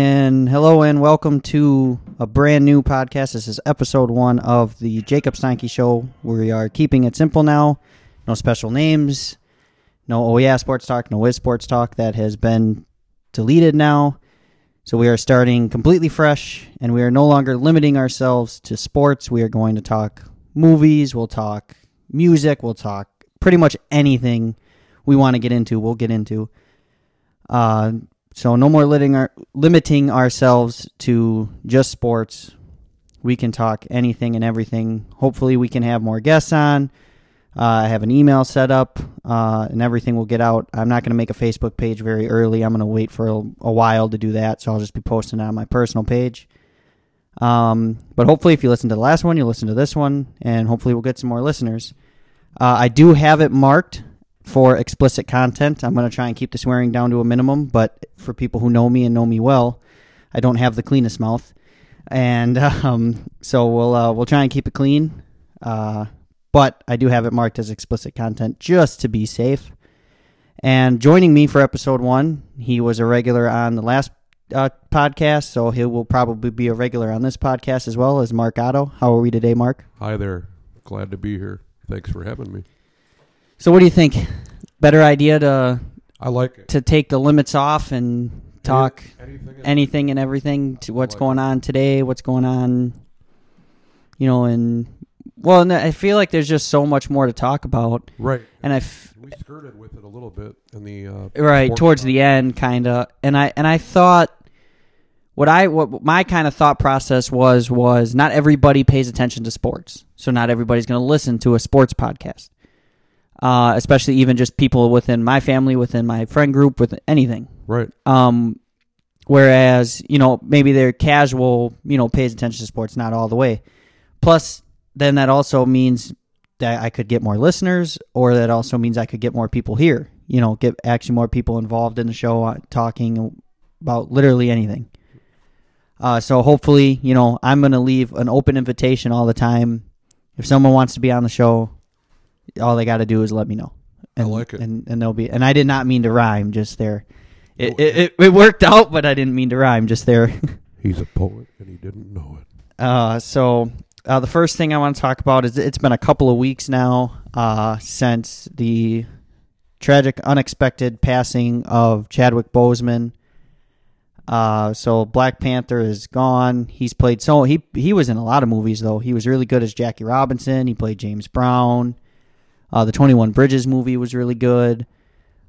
Hello and welcome to a brand new podcast. This is episode one of the Jacob Steinke Show. We are keeping it simple now. No special names. No oh yeah sports talk. No is sports talk that has been deleted now. So we are starting completely fresh, and we are no longer limiting ourselves to sports. We are going to talk movies. We'll talk music. We'll talk pretty much anything we want to get into. We'll get into. Uh, so no more limiting, our, limiting ourselves to just sports. We can talk anything and everything. Hopefully, we can have more guests on. Uh, I have an email set up, uh, and everything will get out. I'm not going to make a Facebook page very early. I'm going to wait for a, a while to do that, so I'll just be posting it on my personal page. Um, but hopefully, if you listen to the last one, you'll listen to this one, and hopefully, we'll get some more listeners. Uh, I do have it marked for explicit content. I'm going to try and keep the swearing down to a minimum, but for people who know me and know me well, I don't have the cleanest mouth, and um, so we'll uh, we'll try and keep it clean. Uh, but I do have it marked as explicit content just to be safe. And joining me for episode one, he was a regular on the last uh, podcast, so he will probably be a regular on this podcast as well as Mark Otto. How are we today, Mark? Hi there. Glad to be here. Thanks for having me. So, what do you think? Better idea to I like it. to take the limits off and talk Anything else? anything and everything to what's going on today, what's going on, you know, and well, and I feel like there's just so much more to talk about, right. and I f- We skirted with it a little bit in the uh, right sports towards talk. the end, kind of, and I and I thought what I what my kind of thought process was was not everybody pays attention to sports, so not everybody's going to listen to a sports podcast. Uh, especially even just people within my family, within my friend group, with anything. Right. Um, whereas you know maybe they're casual, you know, pays attention to sports not all the way. Plus, then that also means that I could get more listeners, or that also means I could get more people here. You know, get actually more people involved in the show, uh, talking about literally anything. Uh, so hopefully, you know, I'm gonna leave an open invitation all the time. If someone wants to be on the show, all they got to do is let me know. I And, like it. and and they'll be. And I did not mean to rhyme, just there. It, No, it, it, it worked out, but I didn't mean to rhyme just there. He's a poet and he didn't know it. Uh, so uh, the first thing I want to talk about is it's been a couple of weeks now uh, since the tragic, unexpected passing of Chadwick Boseman. Uh, so Black Panther is gone. He's played so he he was in a lot of movies though. He was really good as Jackie Robinson. He played James Brown. Uh, the Twenty One Bridges movie was really good.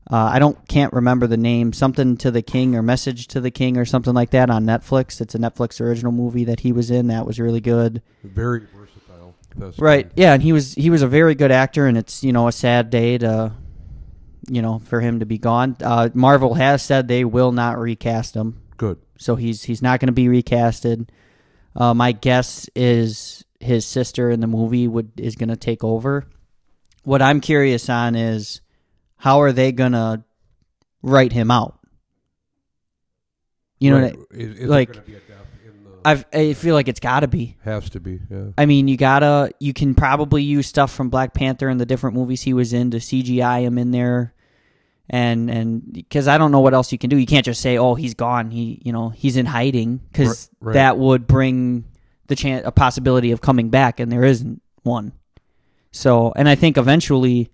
Uh, I don't can't remember the name, something to the king or message to the king or something like that on Netflix. It's a Netflix original movie that he was in that was really good. Very versatile. That's Right. good. Yeah, and he was he was a very good actor, and it's you know a sad day to, you know, for him to be gone. Uh, Marvel has said they will not recast him, Good. so he's he's not going to be recasted. Uh, my guess is his sister in the movie would is going to take over. What I'm curious on is how are they going to write him out? You know, Right. what Is- is it like- gonna be a death in the- I, I've, I feel like it's got to be. has to be. Yeah. I mean, you gotta. You can probably use stuff from Black Panther and the different movies he was in to CGI him in there, and and because I don't know what else you can do. You can't just say, "Oh, he's gone. He, you know, he's in hiding," because Right, right. that would bring the chance a possibility of coming back, and there isn't one. So, and I think eventually,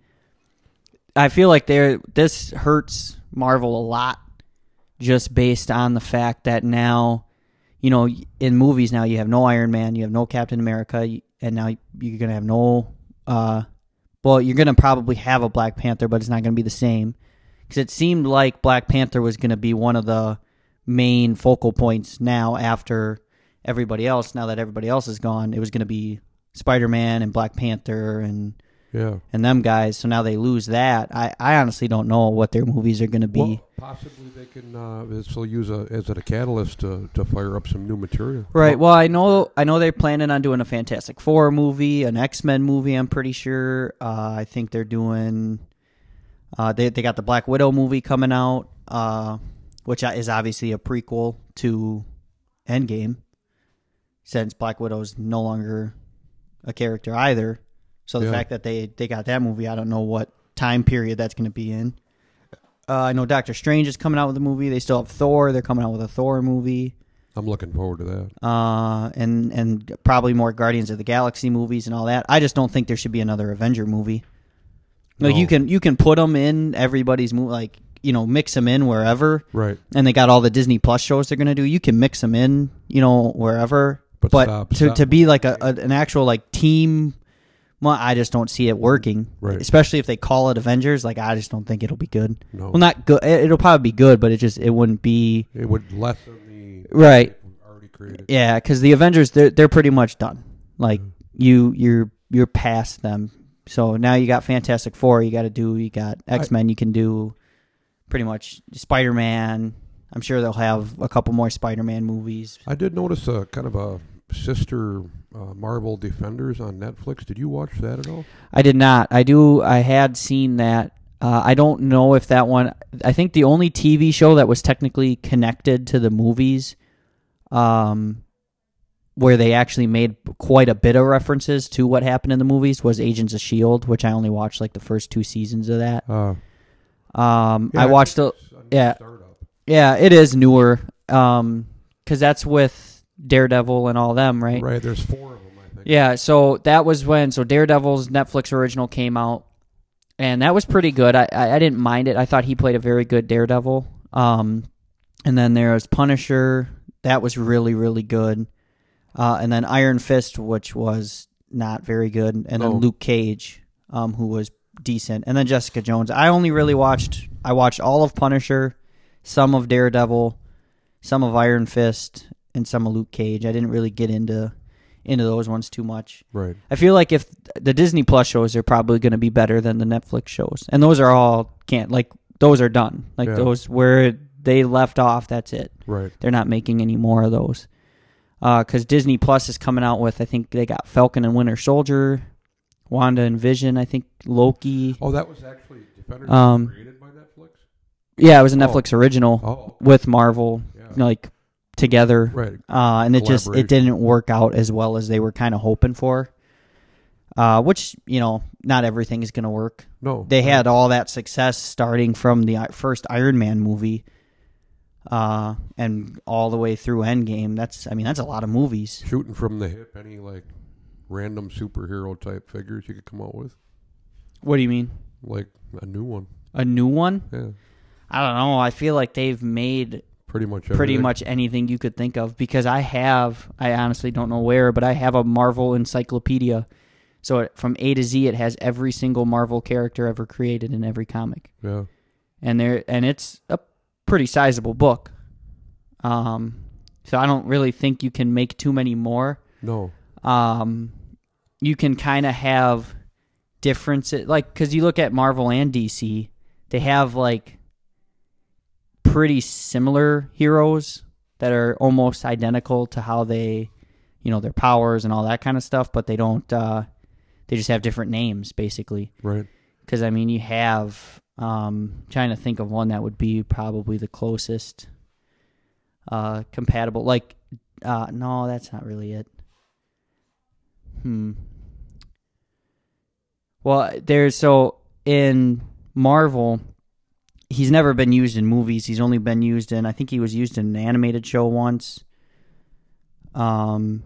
I feel like there this hurts Marvel a lot, just based on the fact that now you know, in movies now you have no Iron Man, you have no Captain America, you- and now you're gonna have no. Uh, well, you're gonna probably have a Black Panther, but it's not gonna be the same because it seemed like Black Panther was gonna be one of the main focal points now after everybody else. Now that everybody else is gone, it was gonna be Spider Man and Black Panther and Yeah. and them guys. So now they lose that. I I honestly don't know what their movies are gonna be. Well, possibly they can uh, this will use a as a catalyst to, to fire up some new material. Right. Well, I know I know they're planning on doing a Fantastic Four movie, an X Men movie. I'm pretty sure. Uh, I think they're doing. Uh, they they got the Black Widow movie coming out, uh, which I- is obviously a prequel to Endgame, since Black Widow's no longer a character either. So the Yeah. fact that they they got that movie, I don't know what time period that's going to be in. Uh, I know Doctor Strange is coming out with a movie. They still have Thor. They're coming out with a Thor movie. I'm looking forward to that. uh, and and probably more Guardians of the Galaxy movies and all that. I just don't think there should be another Avenger movie. Like No. you can you can put them in everybody's movie, like you know, mix them in wherever. Right. And they got all the Disney Plus shows they're gonna do. You can mix them in, you know, wherever. But, But stop, to stop. to be like a, a an actual like team. Well, I just don't see it working, Right. especially if they call it Avengers. Like, I just don't think it'll be good. No. Well, not good. It- It'll probably be good, but it just it wouldn't be It would lessen the right. already created. Yeah, because the Avengers they're they're pretty much done. Like you you're you're past them. So now you got Fantastic Four. You got to do. You got X Men. You can do pretty much Spider Man. I'm sure they'll have a couple more Spider Man movies. I did notice a kind of a sister uh, Marvel Defenders on Netflix. Did you watch that at all? I did not. I do. I had seen that. Uh, I don't know if that one. I think the only TV show that was technically connected to the movies, um, where they actually made quite a bit of references to what happened in the movies, was Agents of Shield, which I only watched like the first two seasons of that. Uh, Um, yeah, I watched think the. it's a new yeah. startup. Yeah, it is newer. Um, because that's with Daredevil and all them, right? Right. There's four of them, I think. Yeah, so that was when so Daredevil's Netflix original came out, and that was pretty good. I I, I didn't mind it. I thought he played a very good Daredevil. Um, and then there was Punisher. That was really really good. Uh, and then Iron Fist, which was not very good, and then Oh. Luke Cage, um, who was decent, and then Jessica Jones. I only really watched I watched all of Punisher, some of Daredevil, some of Iron Fist, and some of Luke Cage. I didn't really get into into those ones too much. Right. I feel like if the Disney Plus shows are probably going to be better than the Netflix shows, and those are all can't like those are done. Like Yeah. those where they left off, that's it. Right. They're not making any more of those because Disney Plus is coming out with I think they got Falcon and Winter Soldier, Wanda and Vision. I think Loki. Oh, that was actually Defenders was Um, created by Netflix. Yeah, it was a Oh. Netflix original Oh, with Marvel yeah. like together. Right. uh, and it just it Collaboration. didn't work out as well as they were kind of hoping for. Uh, which you know, not everything is going to work. No. They had all that success starting from the I- first Iron Man movie, uh, and all the way through Endgame. That's I mean, that's a lot of movies. shooting from the hip. Any like random superhero type figures you could come out with, What do you mean? like a new one. A new one? Yeah. I don't know. I feel like they've made Pretty much. pretty everything. much anything you could think of because I have I honestly don't know where, but I have a Marvel encyclopedia. So it, from A to Z, it has every single Marvel character ever created in every comic, Yeah. and there and it's a pretty sizable book. Um, so I don't really think you can make too many more. No. Um, you can kind of have differences, like because you look at Marvel and DC, they have like pretty similar heroes that are almost identical to how they, you know, their powers and all that kind of stuff, but they don't. Uh, they just have different names, basically. Right. Because I mean, you have um, trying to think of one that would be probably the closest uh, compatible. Like, uh, no, that's not really it. Hmm. Well, there's so in Marvel, he's never been used in movies. He's only been used in I think he was used in an animated show once. Um.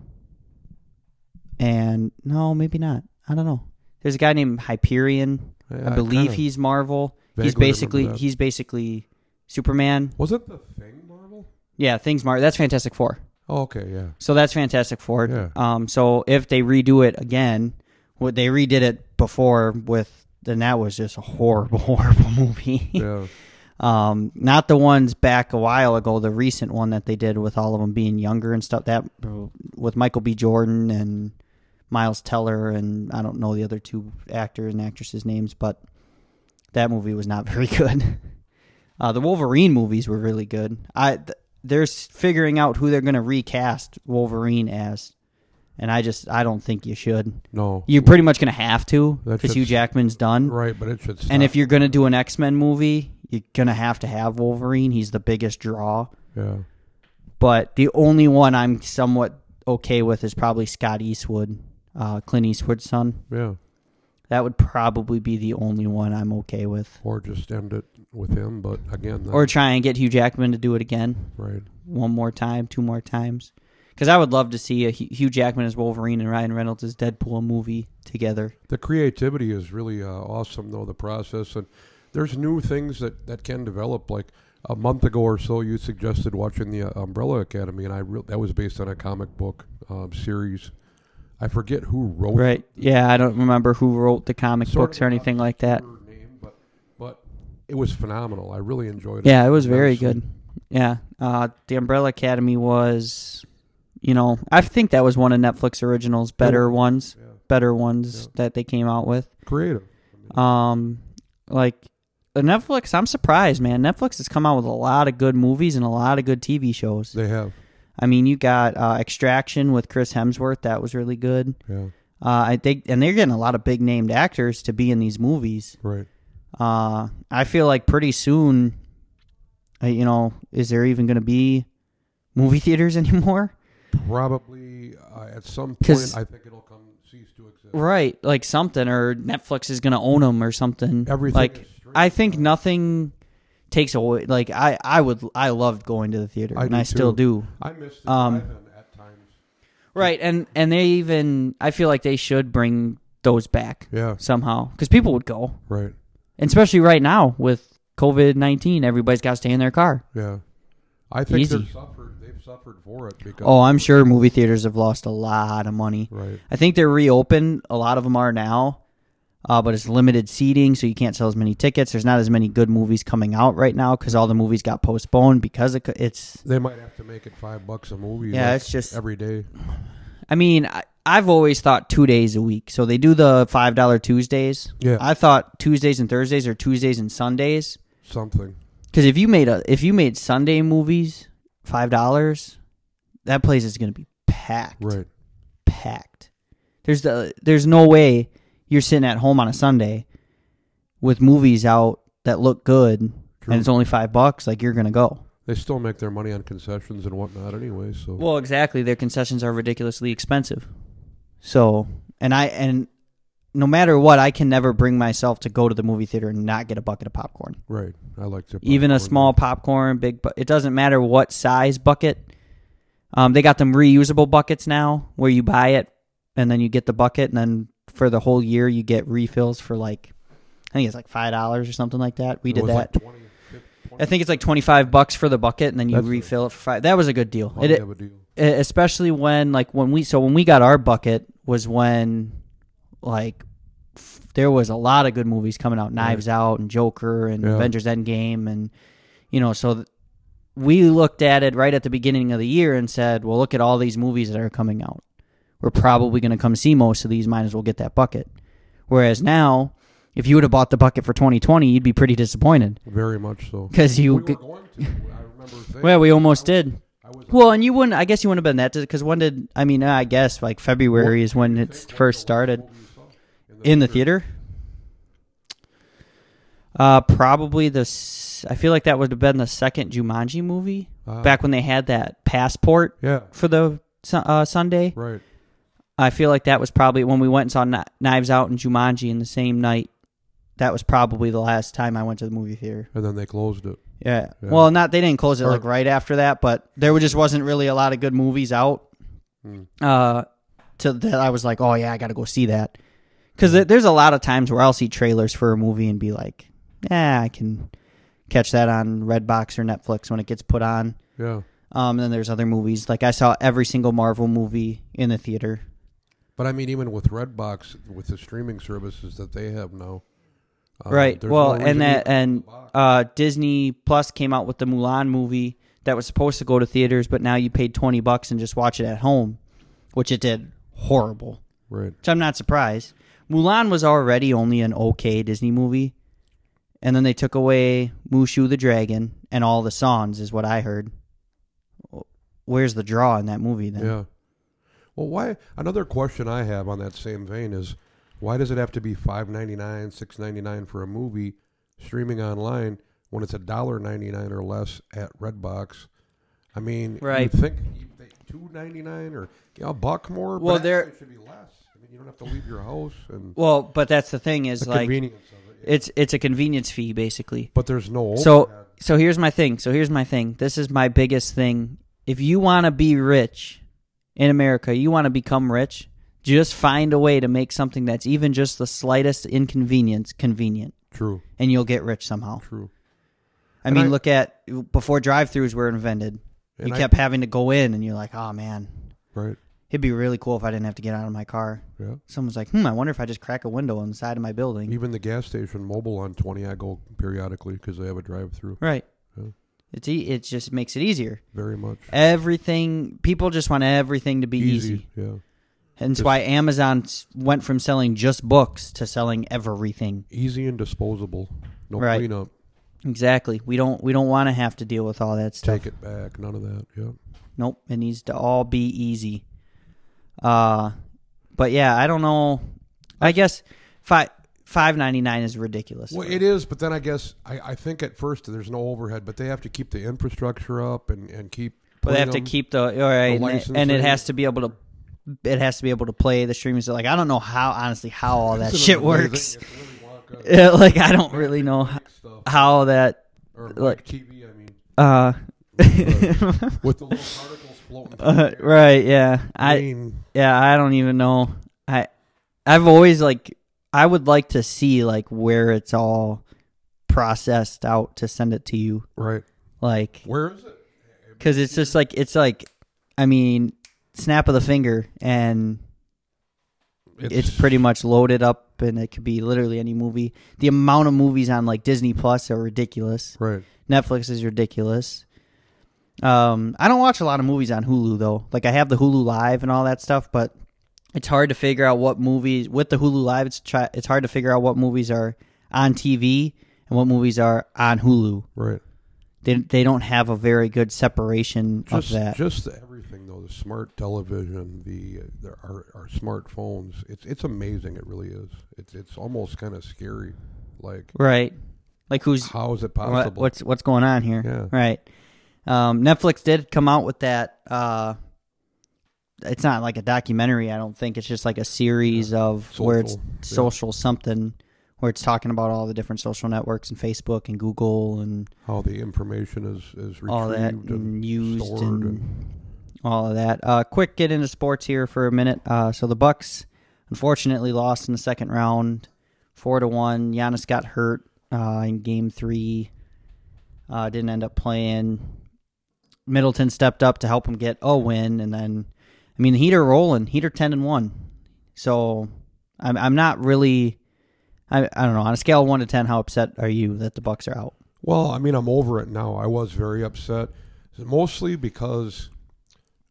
And no, maybe not. I don't know. There's a guy named Hyperion. Yeah, I I believe kinda he's Marvel. He's vaguely remember basically that. he's basically Superman. Was it the Thing Marvel? Yeah, things Marvel. That's Fantastic Four. Oh, okay. Yeah. So that's Fantastic Four. Yeah. Um, so if they redo it again, what they redid it before with, then that was just a horrible, horrible movie. Yeah. Um, not the ones back a while ago, the recent one that they did with all of them being younger and stuff. That with Michael B. Jordan and Miles Teller and I don't know the other two actors and actresses' names, but that movie was not very good. Uh, the Wolverine movies were really good. I th- they're s- figuring out who they're going to recast Wolverine as, and I just I don't think you should. no. You're pretty much going to have to That because Hugh should- Jackman's done. Right, but it should. Stop. And if you're gonna do an X Men movie, you're gonna have to have Wolverine. He's the biggest draw. yeah. But the only one I'm somewhat okay with is probably Scott Eastwood, uh, Clint Eastwood's son. Yeah. That would probably be the only one I'm okay with. Or just end it with him, but again, that- or try and get Hugh Jackman to do it again right, one more time, two more times. Because I would love to see a Hu- Hugh Jackman as Wolverine and Ryan Reynolds as Deadpool movie together. the creativity is really uh, awesome, though the process and there's new things that that can develop. Like a month ago or so, you suggested watching the uh, Umbrella Academy, and I re- that was based on a comic book um, series. I forget who wrote Right? Yeah, I don't remember who wrote the comic Sort books of or anything like that. her name, but but it was phenomenal. I really enjoyed it. Yeah, it was very immensely. good. Yeah, uh, the Umbrella Academy was, you know, I think that was one of Netflix originals, better ones, Yeah. better ones Yeah. that they came out with. Creative. Um, like uh, Netflix, I'm surprised, man. Netflix has come out with a lot of good movies and a lot of good TV shows. They have. I mean, you got uh, Extraction with Chris Hemsworth, that was really good. Yeah. Uh, I think, and they're getting a lot of big named actors to be in these movies. Right. Uh, I feel like pretty soon, uh, you know, is there even going to be movie theaters anymore? Probably uh, at some 'Cause- point, I think it'll come cease to exist. Right, like something, or Netflix is going to own them or something. Everything Like is Uh, streamed I think nothing takes away. Like I, I would, I loved going to the theater, I and do I still too. do. I missed the Um, drive-in at times. Right, and and they even, I feel like they should bring those back Yeah. somehow because people would go, Right. and especially right now with COVID nineteen, everybody's got to stay in their car. Yeah. I think Easy. they've suffered. They've suffered for it because. Oh, I'm sure movie theaters have lost a lot of money. Right. I think they're reopened. A lot of them are now, uh, but it's limited seating, so you can't sell as many tickets. There's not as many good movies coming out right now because all the movies got postponed because it, co- it's. They might have to make it five bucks a movie. Yeah, like, it's just- every day. I mean, I, I've always thought two days a week. So they do the five dollar Tuesdays. Yeah. I thought Tuesdays and Thursdays or Tuesdays and Sundays Something. because if you made a if you made Sunday movies five dollars, that place is going to be packed. Right. packed. There's the there's no way you're sitting at home on a Sunday with movies out that look good True. and it's only five bucks. Like you're gonna go. They still make their money on concessions and whatnot, anyway. So. Well, exactly. Their concessions are ridiculously expensive. So and I and no matter what, I can never bring myself to go to the movie theater and not get a bucket of popcorn. right. I like to. Even a small popcorn, big. Bu- it doesn't matter what size bucket. Um, they got them reusable buckets now, where you buy it and then you get the bucket, and then for the whole year you get refills for like, I think it's like five dollars or something like that. We It did was that. Like 20, 20, I think it's like twenty five bucks for the bucket, and then you That's- refill it for five. That was a good deal. It, of a deal. e, especially when like when we so when we got our bucket was when like f- there was a lot of good movies coming out knives out and joker and Yeah. avengers endgame and you know so th- we looked at it right at the beginning of the year and said well look at all these movies that are coming out we're probably going to come see most of these might as well get that bucket whereas now if you would have bought the bucket for 2020 you'd be pretty disappointed Very much so. because you we were g- going to. I remember saying. well we almost did I was well, and you wouldn't. I guess you wouldn't have been that because when did? I mean, I guess like February is when I it's think first that's the started last movie you saw in the theater. Uh, probably the. s- I feel like that would have been the second Jumanji movie Ah. back when they had that passport Yeah. for the Su- uh, Sunday. Right. I feel like that was probably when we went and saw Kni- Knives Out and Jumanji in the same night. That was probably the last time I went to the movie theater. And then they closed it. Yeah. Yeah. Well, not they didn't close it Or- like right after that, but there were- just wasn't really a lot of good movies out. Mm. uh, to that I was like, oh yeah, I got to go see that because there's a lot of times where I'll see trailers for a movie and be like, yeah, I can catch that on Redbox or Netflix when it gets put on. Yeah. Um, and then there's other movies like I saw every single Marvel movie in the theater. But I mean, even with Redbox, with the streaming services that they have now. um, right. there's Well, no reason and that to- and uh, Disney Plus came out with the Mulan movie that was supposed to go to theaters, but now you paid twenty bucks and just watch it at home, which it did horrible. Right. which I'm not surprised. Mulan was already only an okay Disney movie, and then they took away Mushu the dragon and all the songs, is what I heard. Where's the draw in that movie then? Yeah. Well, why? Another question I have on that same vein is, why does it have to be five ninety nine, six ninety nine for a movie streaming online when it's a dollar ninety nine or less at Redbox? I mean, Right. You think two ninety nine or yeah, a buck more? Well, but there- actually it should be less. I mean, you don't have to leave your house and Well, but that's the thing is the like convenience of it. It's it's a convenience fee basically. But there's no overhead. So so here's my thing. So here's my thing. This is my biggest thing. If you want to be rich in America, you want to become rich, just find a way to make something that's even just the slightest inconvenience convenient true, and you'll get rich somehow. true. I And mean, I- look at before drive-throughs were invented. You And I- kept having to go in and you're like, "Oh man, Right. it'd be really cool if I didn't have to get out of my car." Yeah. Someone's like, "Hmm, I wonder if I just crack a window on the side of my building." Even the gas station mobile on 20, I go periodically because they have a drive through. Right. Yeah. It's e- it just makes it easier. Very much. Everything people just want everything to be easy. Yeah. Hence Just- why Amazon s- went from selling just books to selling everything. Easy and disposable. No Right. cleanup. Exactly. We don't we don't want to have to deal with all that stuff. Take it back. None of that. Yeah. Nope. It needs to all be easy. Uh but yeah, I don't know. I guess five five ninety nine is ridiculous. Well, it is, but then I guess I, I think at first there's no overhead, but they have to keep the infrastructure up and, and keep. But they putting have to them- keep the all right, and, the it- and it licensing. has to be able to. It has to be able to play the streams. Like I don't know how honestly how all that It's shit another thing, works. it's really Wonka Yeah, like I don't really know h- stuff, how that. or like- like TV, I mean, Uh, with the little particles floating. uh, through the air. right, yeah. I I mean, yeah, I don't even know. I I've always like I would like to see like where it's all processed out to send it to you. right? Like Where is it? Because it's just like it's like, I mean, snap of the finger, and it's, pretty much loaded up, and it could be literally any movie. The amount of movies on like Disney Plus are ridiculous. right. Netflix is ridiculous. Um, I don't watch a lot of movies on Hulu though. Like I have the Hulu Live and all that stuff, but it's hard to figure out what movies with the Hulu Live. It's try, it's hard to figure out what movies are on TV and what movies are on Hulu. Right. They they don't have a very good separation Just, of that. just everything though. The smart television, the, uh, the our, our smartphones. It's it's amazing. It really is. It's it's almost kind of scary. Like, Right. Like who's how is it what, possible? what's what's going on here? Yeah. Right. Um, Netflix did come out with that. Uh, it's not like a documentary. I don't think it's just like a series of where it's Social, yeah. social something, where it's talking about all the different social networks and Facebook and Google and how the information is is retrieved all that and, and used stored and, all of that. Uh, quick get into sports here for a minute. Uh, so the Bucks unfortunately lost in the second round, four to one. Giannis got hurt uh, in game three. Uh, didn't end up playing. Middleton stepped up to help him get a win, and then I mean the Heat are rolling. Heat are ten and one. So I'm I'm not really. I, I don't know on a scale of one to ten how upset are you that the Bucks are out? Well, I mean, I'm over it now. I was very upset, mostly because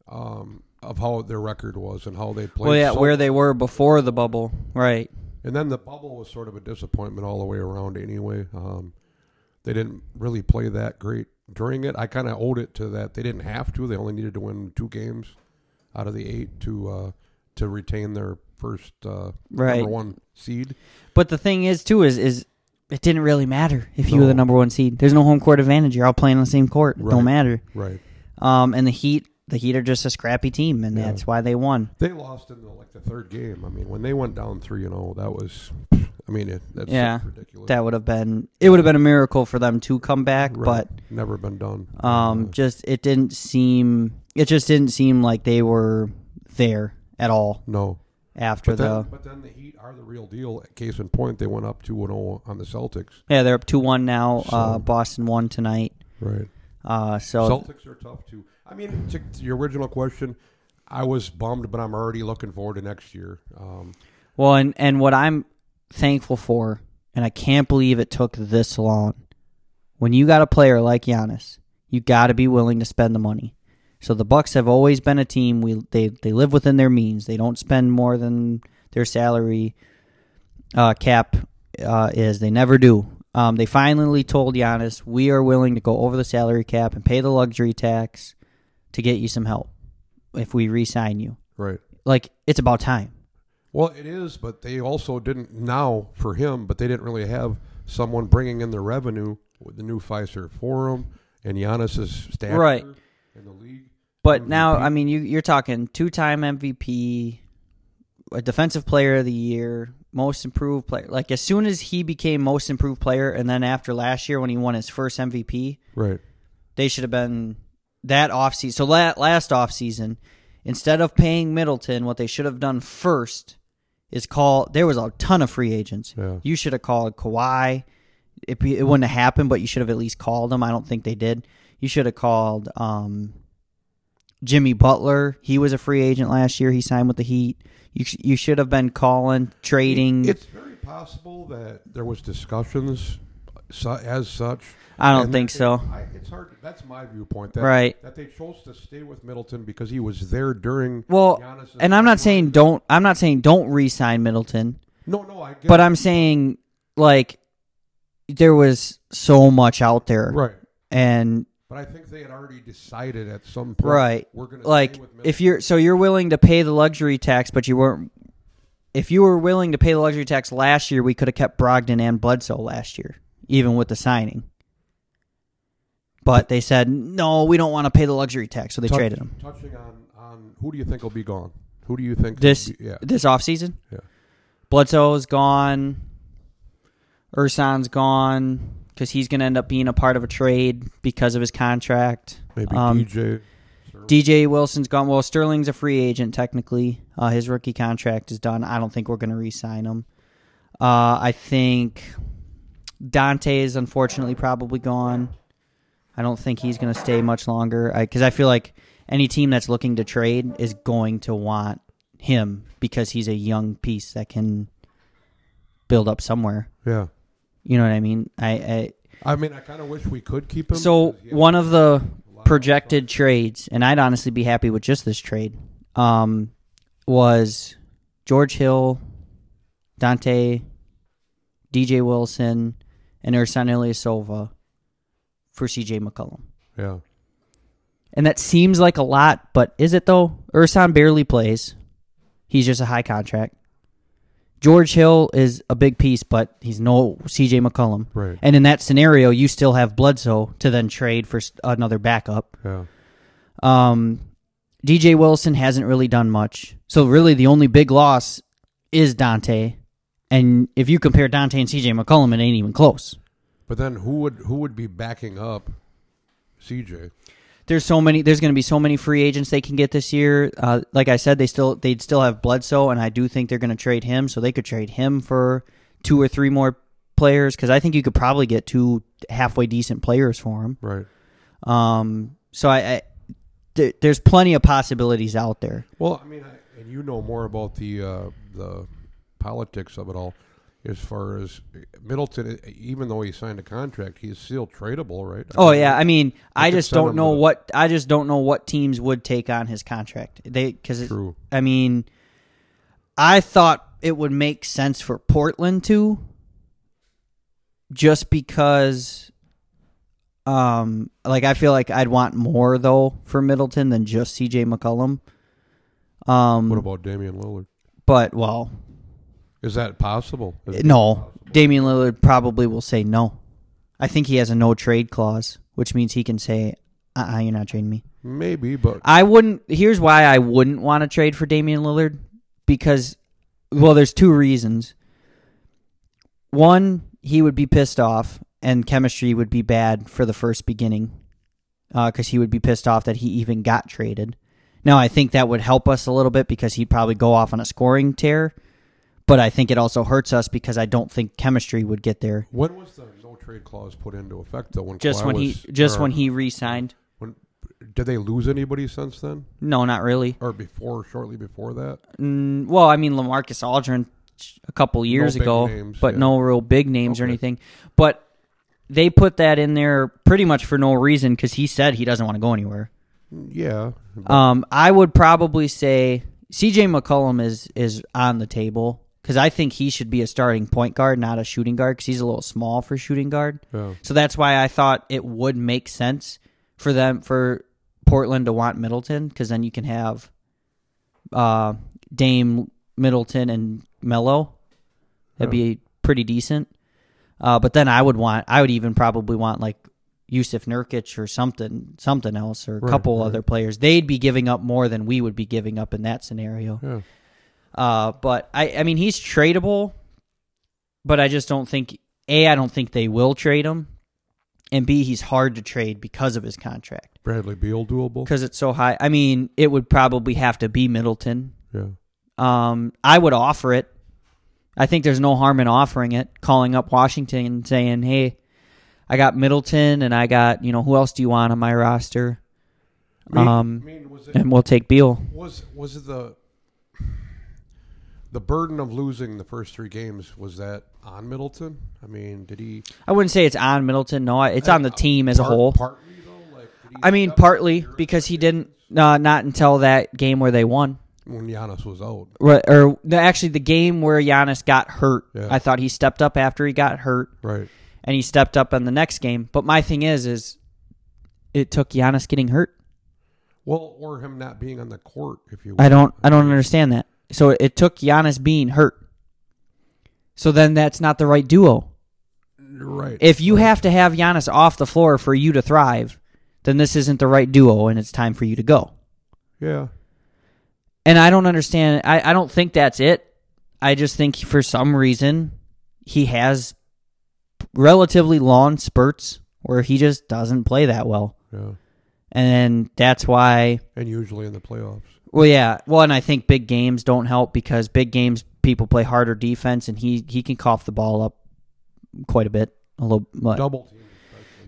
um, of how their record was and how they played. Well, yeah, So- where they were before the bubble, right? and then the bubble was sort of a disappointment all the way around. Anyway, um, they didn't really play that great during it. I kind of owed it to that. They didn't have to. They only needed to win two games out of the eight to uh, to retain their first uh, Right. number one seed. But the thing is, too, is is it didn't really matter if you were the No. number one seed. There's no home court advantage. You're all playing on the same court. It Right. don't matter. Right. Um, and the Heat, the Heat are just a scrappy team, and Yeah. that's why they won. They lost in the, like the third game. I mean, when they went down three and zero, that was, I mean, it, that's Yeah. ridiculous. That would have been it. Would have been a miracle for them to come back, Right. never been done. but um, just it didn't seem. It just didn't seem like they were there at all no. after But then, the. but then the Heat are the real deal. Case in point, they went up two and zero on the Celtics. Yeah, they're up two one now. uh, So- Boston won tonight. Right. Uh, so Celtics are tough too. I mean, to, to your original question, I was bummed, but I'm already looking forward to next year. Um, Well, and, and what I'm thankful for, and I can't believe it took this long. When you got a player like Giannis, you got to be willing to spend the money. So the Bucks have always been a team we they they live within their means. They don't spend more than their salary uh, cap uh, is. They never do. Um, they finally told Giannis, "We are willing to go over the salary cap and pay the luxury tax to get you some help if we re-sign you." right. Like it's about time. Well, it is, but they also didn't now for him, but they didn't really have someone bringing in the revenue with the new Pfizer Forum and Giannis's stature Right. in the league. But now, I mean, you, you're talking two-time MVP, a defensive player of the year, most improved player. Like as soon as he became most improved player, and then after last year when he won his first MVP, Right. they should have been that offseason. So that last offseason, instead of paying Middleton, what they should have done first is call. There was a ton of free agents. Yeah. You should have called Kawhi. It, be, it wouldn't have happened, but you should have at least called him. I don't think they did. You should have called um, Jimmy Butler. He was a free agent last year. He signed with the Heat. You sh- you should have been calling, trading. It's very possible that there was discussions su- as such. I don't And think that so. they- I, it's hard. That's my viewpoint. That, Right. That they chose to stay with Middleton because he was there during. well, Giannis's- and I'm not saying don't. I'm not saying don't re-sign Middleton. No, no, I get But it. I'm saying like there was so much out there, right. and But I think they had already decided at some point. right, We're going to like stay with Middleton. if you're so you're willing to pay the luxury tax, but you weren't. If you were willing to pay the luxury tax last year, we could have kept Brogdon and Bledsoe last year, even with the signing. But they said no, we don't want to pay the luxury tax, so they Touch- traded him Touching on, on who do you think will be gone? Who do you think? this Will be, yeah. this off season. Yeah. Bledsoe's gone. Ursan's gone because he's going to end up being a part of a trade because of his contract. Maybe Um, DJ. DJ Wilson's gone. Well, Sterling's a free agent technically. Uh, his rookie contract is done. I don't think we're going to re-sign him. Uh, I think Dante is unfortunately probably gone. I don't think he's going to stay much longer because I, feel like any team that's looking to trade is going to want him because he's a young piece that can build up somewhere. Yeah. You know what I mean? I, I I mean, I kind of wish we could keep him. so because he had- one of the projected trades, and I'd honestly be happy with just this trade, um, was George Hill, Dante, DJ Wilson, and Ersan Ilyasova for CJ McCollum. Yeah. And that seems like a lot, but is it though? Ursan barely plays. He's just a high contract. George Hill is a big piece, but he's no CJ McCollum. Right. And in that scenario, you still have Bledsoe to then trade for s- another backup. Yeah. Um, DJ Wilson hasn't really done much. So really, the only big loss is Dante. And if you compare Dante and CJ McCollum, it ain't even close. But then who would who would be backing up CJ? there's so many there's going to be so many free agents they can get this year uh, like i said they still they'd still have bledsoe and i do think they're going to trade him so they could trade him for two or three more players because i think you could probably get two halfway decent players for him Right. um, so i, I there, there's plenty of possibilities out there Well, I mean, I, and you know more about the uh, the politics of it all, as far as eh, Middleton. Even though he signed a contract, he's still tradable, right? Oh yeah, I mean, I could just send don't him know to- what I just don't know what teams would take on his contract. They because True. I mean, I thought it would make sense for Portland to, just because, um, like I feel like I'd want more though for Middleton than just C.J. McCollum. Um, What about Damian Lillard? but well, Is that possible? Is- no, Damian Lillard probably will say no. I think he has a no trade clause, which means he can say, "Uh, uh you're not trading me." Maybe, but I wouldn't. Here's why I wouldn't want to trade for Damian Lillard because, well, there's two reasons. One, he would be pissed off, and chemistry would be bad for the first beginning because he would be pissed off that he even got traded. Now, I think that would help us a little bit because he'd probably go off on a scoring tear, but I think it also hurts us because I don't think chemistry would get there. when was the no trade clause put into effect? Though, when Just Kawhi when he, was- just or when he re-signed. when- did they lose anybody since then, No, not really. or before, shortly before that? Mm, well, I mean, Lamarcus Aldrin a couple years big ago, names, but yeah. no real big names or Okay. anything. But they put that in there pretty much for no reason because he said he doesn't want to go anywhere. Yeah, Um, I would probably say C.J. McCollum is is on the table because I think he should be a starting point guard, not a shooting guard, because he's a little small for shooting guard. yeah. So that's why I thought it would make sense for them for Portland to want Middleton because then you can have uh, Dame Middleton and Mello. That'd be pretty decent. Uh, but then I would want I would even probably want like Yusuf Nurkic or something something else or a Right, couple right. other players. They'd be giving up more than we would be giving up in that scenario. Yeah. Uh, but I, I mean, he's tradable, but I just don't think a I don't think they will trade him, and b he's hard to trade because of his contract Bradley Beal doable. because it's so high. I mean, it would probably have to be Middleton. Yeah. Um, I would offer it. I think there's no harm in offering it. Calling up Washington and saying, "Hey, I got Middleton, and I got you know who else do you want on my roster?" I mean, Um, I mean, was it And we'll take Beal. was was it the the burden of losing the first three games was that on Middleton? I mean, did he I wouldn't say it's on Middleton. No, I- it's on the team as a part- whole. Partly though, like did he I mean, step up partly your because he didn't. Uh, not until that game where they won, when Giannis was out. Ri- or no, actually the game where Giannis got hurt. Yeah. I thought he stepped up after he got hurt, Right. and he stepped up on the next game. But my thing is, is it took Giannis getting hurt. Well, or him not being on the court, if you. Will. I don't I don't understand that. So it took Giannis being hurt. So then that's not the right duo. You're Right. If you have to have Giannis off the floor for you to thrive, then this isn't the right duo and it's time for you to go. yeah. And I don't understand I, I don't think that's it. I just think for some reason he has relatively long spurts where he just doesn't play that well. Yeah. And that's why And usually in the playoffs. Well, yeah. Well, and I think big games don't help because big games people play harder defense, and he he can cough the ball up quite a bit. A little but double,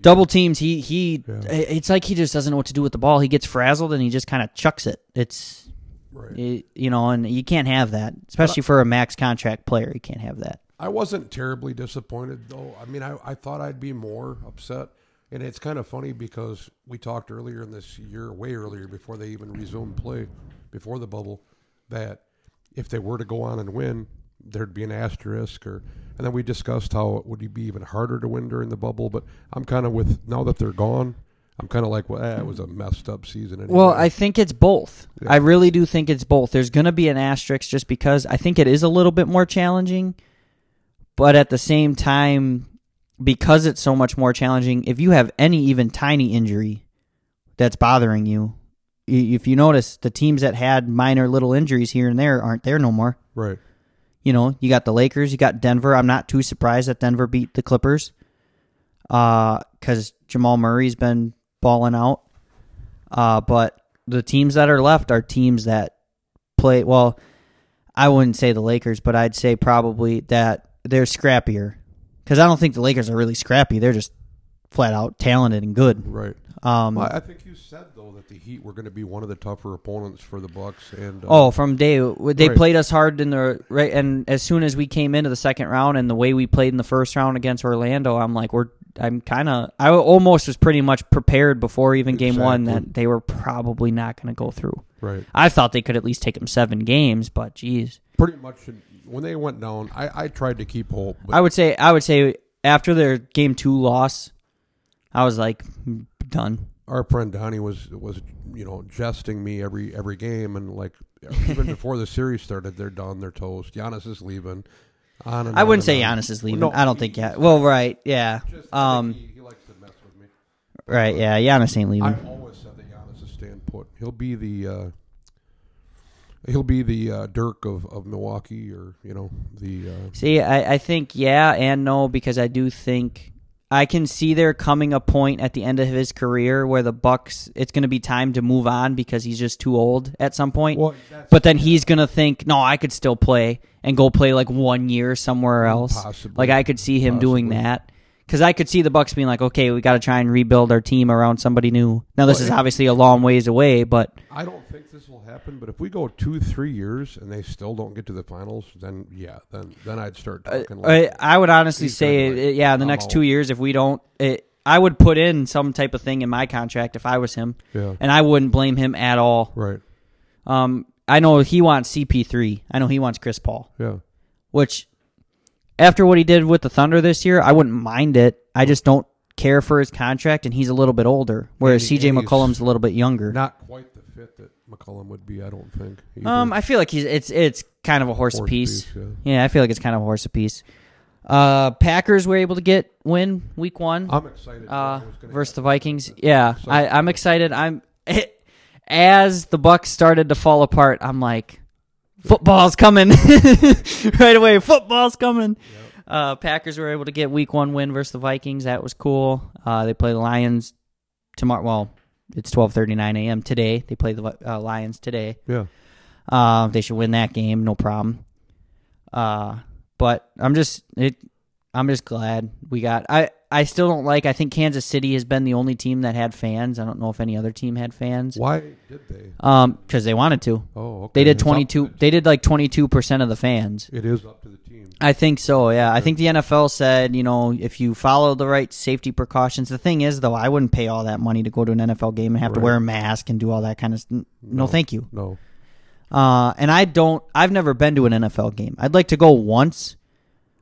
Double team. teams. He he. Yeah. It's like he just doesn't know what to do with the ball. He gets frazzled and he just kind of chucks it. It's Right. you you know, and you can't have that, especially for a max contract player. You can't have that. I wasn't terribly disappointed though. I mean, I, I thought I'd be more upset. And it's kind of funny because we talked earlier in this year, way earlier before they even resumed play, before the bubble, that if they were to go on and win, there'd be an asterisk or and then we discussed how it would be even harder to win during the bubble, but I'm kind of with now that they're gone, I'm kind of like, well, eh, it was a messed up season. Anyway. Well, I think it's both. I really do think it's both. There's going to be an asterisk just because I think it is a little bit more challenging, but at the same time, because it's so much more challenging, if you have any even tiny injury that's bothering you, i- if you notice, the teams that had minor little injuries here and there aren't there no more. right. You know, you got the Lakers, you got Denver. I'm not too surprised that Denver beat the Clippers because Jamal Murray's been balling out. Uh, but the teams that are left are teams that play well. I wouldn't say the Lakers, but I'd say probably that they're scrappier because I don't think the Lakers are really scrappy. They're just flat out talented and good. Right. Um, Well, I think you said though that the Heat were going to be one of the tougher opponents for the Bucks, and uh, Oh, from day they Right. played us hard in the right, and as soon as we came into the second round and the way we played in the first round against Orlando, I'm like, we're I'm kind of I almost was pretty much prepared before even game one Exactly. that they were probably not going to go through. right, I thought they could at least take them seven games, but geez, pretty much when they went down, I, I tried to keep hope, but I would say I would say after their game two loss, I was like "Mm, done. our friend Donnie was was you know jesting me every every game, and like even before the series started, they're done, they're toast. Giannis is leaving. On and I on wouldn't say and on. Giannis is leaving. No, I don't he- think. Yeah. Well, right. Yeah. Just, I Um. think he, he likes to mess with me. Right. Yeah. Giannis ain't leaving. I've always said that Giannis is staying put. He'll be the uh, he'll be the uh, Dirk of, of Milwaukee, or you know the uh, See, I, I think yeah and no because I do think I can see there coming a point at the end of his career where the Bucks it's going to be time to move on because he's just too old at some point. Well, that's- but then he's going to think, "No, I could still play and go play like one year somewhere else." Mm, Possibly. Like I could see him doing Possibly. that. Cuz I could see the Bucks being like, "Okay, we got to try and rebuild our team around somebody new." Now this Well, is it- obviously a long ways away, but I don't think this will happen, but if we go two, three years and they still don't get to the finals, then yeah, then then I'd start talking. I, like, I would honestly He's say, gonna be it- like, yeah, in the I'm next out. two years, if we don't, it, I would put in some type of thing in my contract if I was him, yeah, and I wouldn't blame him at all. right, Um, I know he wants CP3. I know he wants Chris Paul, yeah, which after what he did with the Thunder this year, I wouldn't mind it. I just don't care for his contract, and he's a little bit older, whereas And CJ he- and he's McCollum's a little bit younger. not quite the fit that McCollum would be. I don't think. either. Um, I feel like he's it's it's kind of a horse, Horse apiece. apiece, yeah. I feel like it's kind of a horse apiece. Uh, Packers were able to get win week one. I'm excited. uh, I was gonna versus ask. the Vikings. Yeah, I, I'm excited. I'm as the Bucks started to fall apart. I'm like, football's coming right away. Football's coming. Uh, Packers were able to get week one win versus the Vikings. That was cool. Uh, they play the Lions tomorrow. Well, it's 12:39 a.m. today. They play the Vi- uh, Lions today. Yeah. Uh, they should win that game, no problem. Uh, but I'm just it. I'm just glad we got. I I still don't like. I think Kansas City has been the only team that had fans. I don't know if any other team had fans. Why did they? Um, because they wanted to. Oh, okay. They did It's up- 22. They did like 22 percent of the fans. It is up to the team. I think so. Yeah, I think the NFL said you know if you follow the right safety precautions. The thing is though, I wouldn't pay all that money to go to an NFL game and have to Right. wear a mask and do all that kind of. No, no thank you. No. Uh, and I don't. I've never been to an NFL game. I'd like to go once,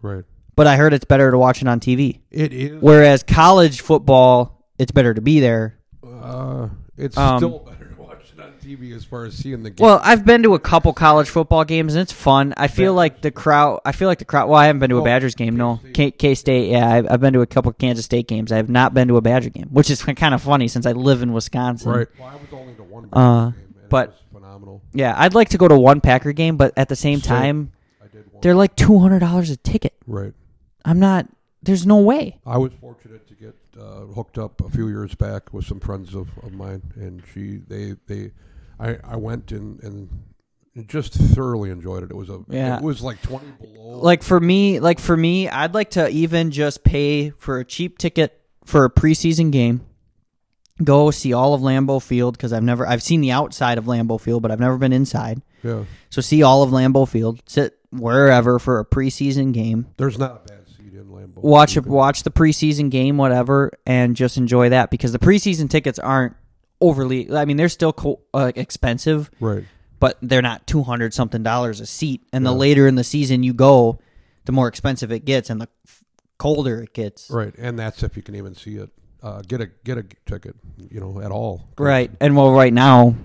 Right. but I heard it's better to watch it on TV. It is. Whereas college football, it's better to be there. Uh, it's Um, still better to watch it on TV as far as seeing the game. Well, I've been to a couple college football games and it's fun. I feel Badgers. like the crowd. I feel like the crowd. Well, I haven't been to a Oh, Badgers game. No, K K-State. K State. Yeah, I've, I've been to a couple Kansas State games. I have not been to a Badger game, which is kind of funny since I live in Wisconsin. right. Well, I was only to one Uh, game, and but- it was phenomenal. Yeah, I'd like to go to one Packer game, but at the same Sure. time, I did one. they're like two hundred dollars a ticket. Right. I'm not. There's no way. I was fortunate to get uh, hooked up a few years back with some friends of, of mine, and she they they I, I went and and just thoroughly enjoyed it. It was a Yeah. it was like twenty below. like for me like for me i'd like to even just pay for a cheap ticket for a preseason game go see all of lambeau field because i've never i've seen the outside of lambeau field but i've never been inside yeah, so see all of lambeau field sit wherever for a preseason game there's not a bad seat in Lambeau. watch You a, can- watch the preseason game whatever and just enjoy that because the preseason tickets aren't overly i mean they're still co- uh, expensive right. but they're not 200 something dollars a seat and the later in the season you go the more expensive it gets and the f- colder it gets Right, and that's if you can even see it. Uh, get a get a ticket, you know, at all. Right. and well right now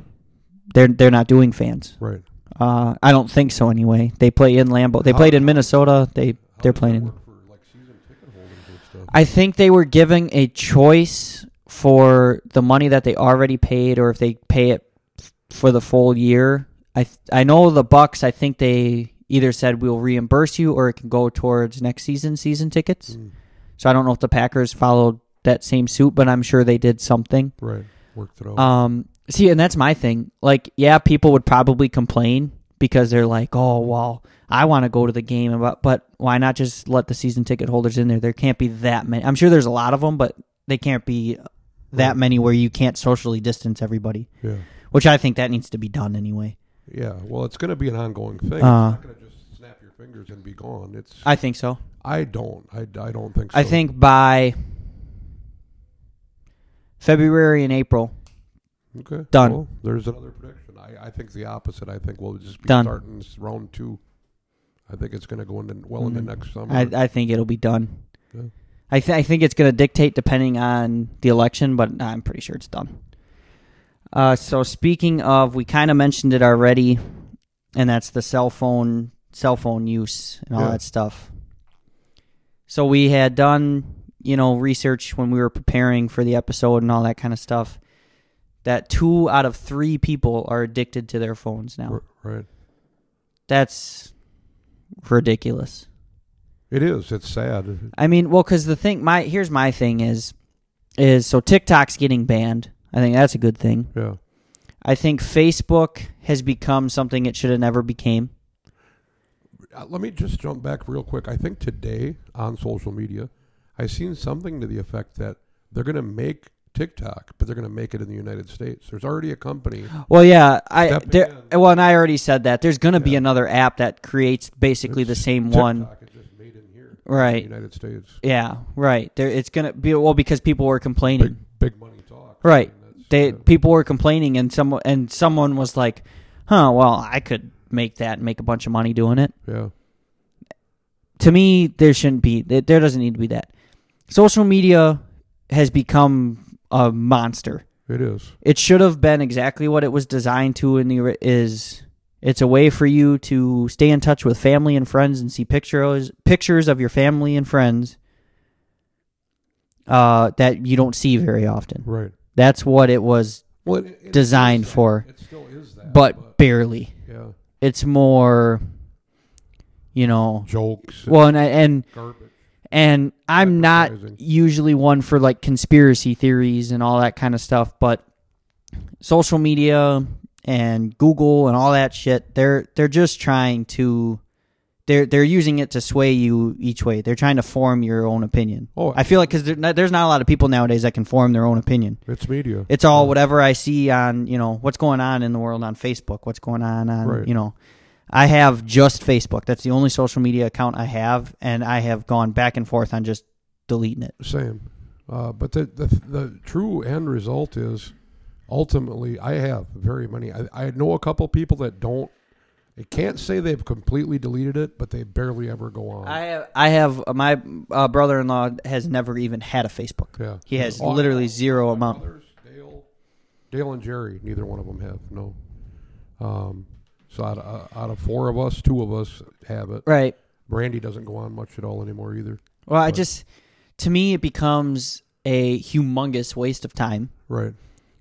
they're they're not doing fans Right. uh, i don't think so anyway they play in lambo they How- played in minnesota they How they're does that playing in work for like season ticket holders and stuff. i think they were giving a choice for the money that they already paid or if they pay it f- for the full year i th- i know the bucks i think they either said we'll reimburse you or it can go towards next season season tickets Mm, So I don't know if the Packers followed that same suit, but I'm sure they did something. right, worked it out. Um, see, and that's my thing. Like, yeah, people would probably complain because they're like, "Oh, well, I want to go to the game," but but why not just let the season ticket holders in there? There can't be that many. I'm sure there's a lot of them, but they can't be that Right. many where you can't socially distance everybody. yeah. Which I think that needs to be done anyway. Yeah, well, it's going to be an ongoing thing. it's Uh. not going to just snap your fingers and be gone. It's I, I think so. don't I, I don't think so. I think by February and April, okay Done. Well, there's another prediction. I, I think the opposite. I think we'll just be Done. starting this round two. I think it's going to go into well into Mhm. next summer. I, I think it'll be done. Yeah. I, th- I think it's going to dictate depending on the election, but I'm pretty sure it's done. Uh, so speaking of, we kind of mentioned it already, and that's the cell phone cell phone use and all Yeah. that stuff. So we had done you know research when we were preparing for the episode and all that kind of stuff. That two out of three people are addicted to their phones now. R- right. That's ridiculous. It is. It's sad. I mean, well, because the thing, my here's my thing is, is so TikTok's getting banned. I think that's a good thing. Yeah. I think Facebook has become something it should have never became. Uh, Let me just jump back real quick. I think today on social media, I seen something to the effect that they're going to make TikTok, but they're going to make it in the United States. There's already a company. Well, yeah, I Step there, in. well, and I already said that there's going to be Yeah. another app that creates basically the It's same TikTok one, is just made in here, right? United States. Yeah, right. There, it's gonna be well because people were complaining. big big money talk. Right. I mean, that's- they yeah. people were complaining and some and someone was like, "Huh, well, I could make that and make a bunch of money doing it." yeah, to me, there shouldn't be. There there doesn't need to be that. Social media has become a monster. it is. It should have been exactly what it was designed to. And the is it's a way for you to stay in touch with family and friends and see pictures pictures of your family and friends uh, that you don't see very often. Right. That's what it was, Well, it, it- it Designed is that. for. It still is that. but barely. yeah, It's more. you know. jokes, and Well, and I- and garbage. and I'm not Advertising. usually one for like conspiracy theories and all that kind of stuff, but social media and Google and all that shit, they're they're just trying to they're they're using it to sway you each way. They're trying to form your own opinion. Oh. I feel like cuz there's not a lot of people nowadays that can form their own opinion. It's media. It's all whatever I see on, you know, what's going on in the world on Facebook, what's going on on, Right. you know. I have just Facebook. That's the only social media account I have, and I have gone back and forth on just deleting it. Same. Uh, but the, the the true end result is ultimately I have very many. I, I know a couple people that don't. They can't say they've completely deleted it, but they barely ever go on. I have, I have my uh, brother-in-law has never even had a Facebook. yeah, Oh, He has All- literally zero my amount. brothers, Dale, Dale and Jerry, neither one of them have no. Um, so out of, uh, out of four of us, two of us have it. Right. Brandy doesn't go on much at all anymore either. Well, I Right. just to me it becomes a humongous waste of time. Right.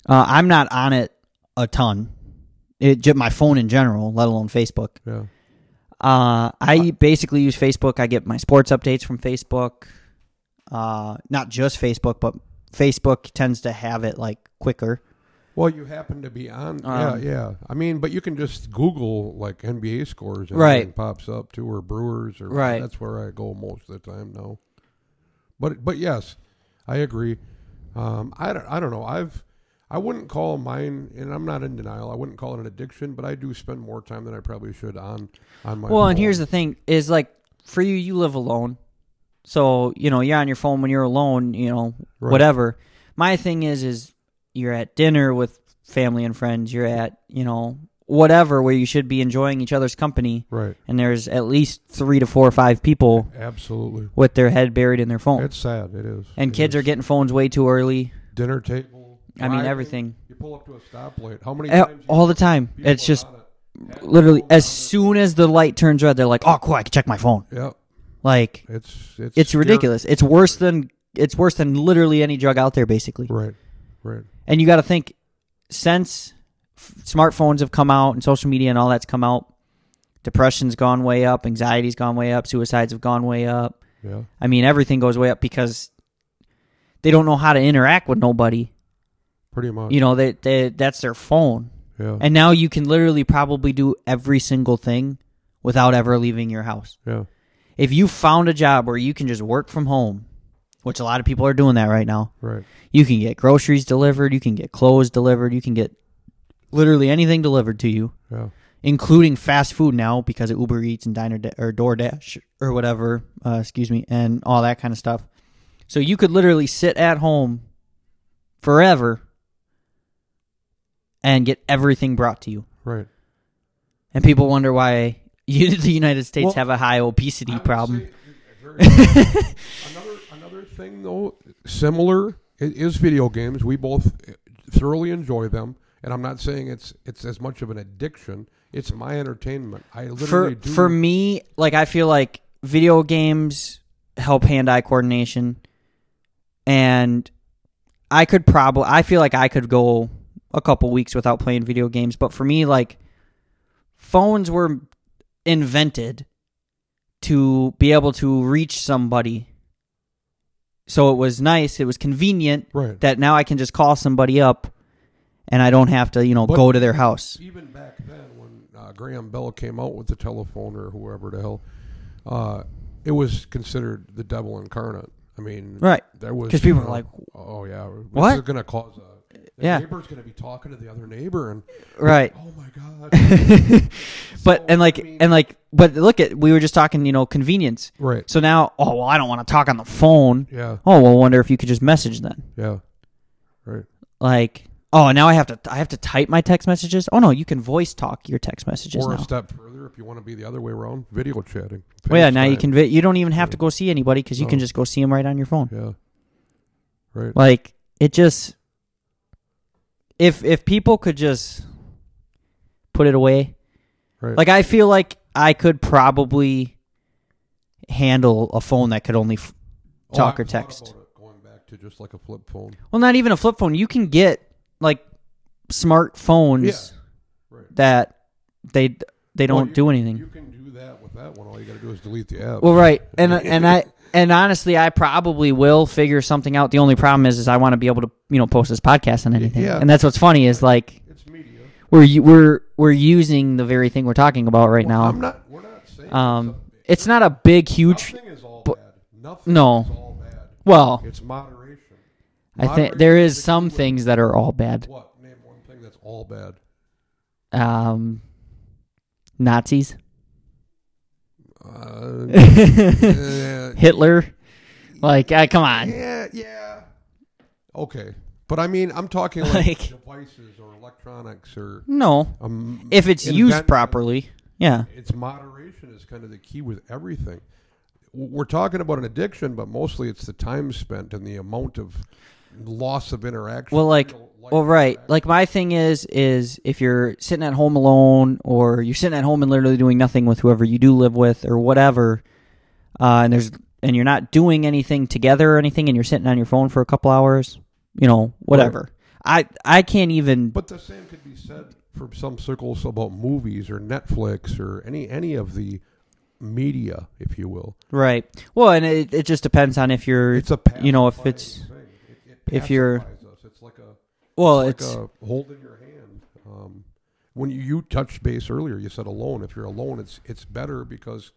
Uh, I'm not on it a ton. It just my phone in general, let alone Facebook. Yeah. Uh, I basically use Facebook. I get my sports updates from Facebook. Uh, not just Facebook, but Facebook tends to have it like quicker. Well, you happen to be on. Um, yeah, yeah. I mean, but you can just Google like NBA scores, and Right. everything pops up too, or Brewers, or Right. That's where I go most of the time now. But but yes, I agree. Um, I don't I don't know. I've I wouldn't call mine, and I'm not in denial. I wouldn't call it an addiction, but I do spend more time than I probably should on on my. Well, and phone. here's the thing: is like for you, you live alone, so you know you're on your phone when you're alone. You know, Right. whatever. My thing is, is you're at dinner with family and friends. You're at you know whatever where you should be enjoying each other's company, right. and there's at least three to four or five people Absolutely, with their head buried in their phone. it's sad. It is. and It kids is. are getting phones way too early. dinner table. I mean, driving. everything. You pull up to a stoplight. How many Eh, times you all the time. people It's are just on it? Half the literally people as on it. soon as the light turns red, they're like, "Oh, cool, I can check my phone." Yep. Like It's it's it's scary. ridiculous. It's worse than it's worse than literally any drug out there, basically. Right, right. And you got to think, since f- smartphones have come out and social media and all that's come out, depression's gone way up, anxiety's gone way up, suicides have gone way up. Yeah, I mean, everything goes way up because they don't know how to interact with nobody. pretty much. You know, they, they that's their phone. yeah, And now you can literally probably do every single thing without ever leaving your house. yeah, If you found a job where you can just work from home, which a lot of people are doing that right now, right. you can get groceries delivered, you can get clothes delivered, you can get literally anything delivered to you, Yeah, including fast food now because of Uber Eats and Diner Da- or DoorDash or whatever, uh, excuse me, and all that kind of stuff. So you could literally sit at home forever and get everything brought to you. right. And people wonder why you, the United States Well, have a high obesity I would problem. say- another another thing though, similar i- is video games. We both eh, thoroughly enjoy them, and I'm not saying it's it's as much of an addiction. It's my entertainment. I for literally do. for me, like I feel like video games help hand-eye coordination, and I could probably I feel like I could go a couple weeks without playing video games. But for me, like phones were invented to be able to reach somebody. So it was nice. It was convenient right. that now I can just call somebody up, and I don't have to, you know, But- go to their house. Even back then, when uh, Graham Bell came out with the telephone or whoever the hell, uh, it was considered the devil incarnate. I mean, Right. There was 'Cause people were you know, like, "Oh yeah, What? This is going to cause a the Yeah. neighbor's going to be talking to the other neighbor, and Right. oh my god, But So, and like I mean- and like but look at we were just talking, you know, convenience. right? So now, oh well, I don't want to talk on the phone. Yeah, Oh well, wonder if you could just message then. yeah, right, Like, oh now I have to I have to type my text messages. Oh no, you can voice talk your text messages or a now. step further if you want to be the other way around, video chatting. Well, Oh, yeah, now you FaceTime. can. Vi- you don't even have to go see anybody because you can No. just go see them right on your phone. Yeah, right. Like it just if if people could just put it away. Right. Like I feel like I could probably handle a phone that could only f- Oh, I talk or thought about text. it Going back to just like a flip phone, Well, not even a flip phone. You can get like smartphones Yeah. Right. that they they don't you do can- anything. You can do that with that one. All you got to do is delete the app. Well, right, and and I and honestly, I probably will figure something out. The only problem is, is I want to be able to you know post this podcast on anything, Yeah. and that's what's funny is like it's media. we're u- we're we're using the very thing we're talking about right I'm now. not. We're not saying Um, something- it's not a big huge. Nothing is all but- bad. Nothing No. is all bad. Well, It's moderation. I think moderation there is is the some key word. things that are all bad. What? Name one thing that's all bad. Um, Nazis, Uh, yeah, Hitler, like uh, come on, yeah, yeah. Okay, but I mean, I'm talking like, Like- devices or electronics or no. um, If it's used inventions. properly, yeah, It's moderation is kind of the key with everything. W- We're talking about an addiction, but mostly it's the time spent and the amount of loss of interaction. Well, like, real life well, right. interaction. Like my thing is, is if you're sitting at home alone, or you're sitting at home and literally doing nothing with whoever you do live with, or whatever, uh, and there's and you're not doing anything together or anything, and you're sitting on your phone for a couple hours, you know, whatever. I I can't even. But the same could be said for some circles about movies or Netflix or any any of the media, if you will. Right. Well, and it, it just depends on if you're. It's a you know if pacifying it's thing. It- it if you're- pacifies us. it's like a well like it's a hold in your hand. Um, when you, you touched base earlier, you said alone. If you're alone, it's it's better because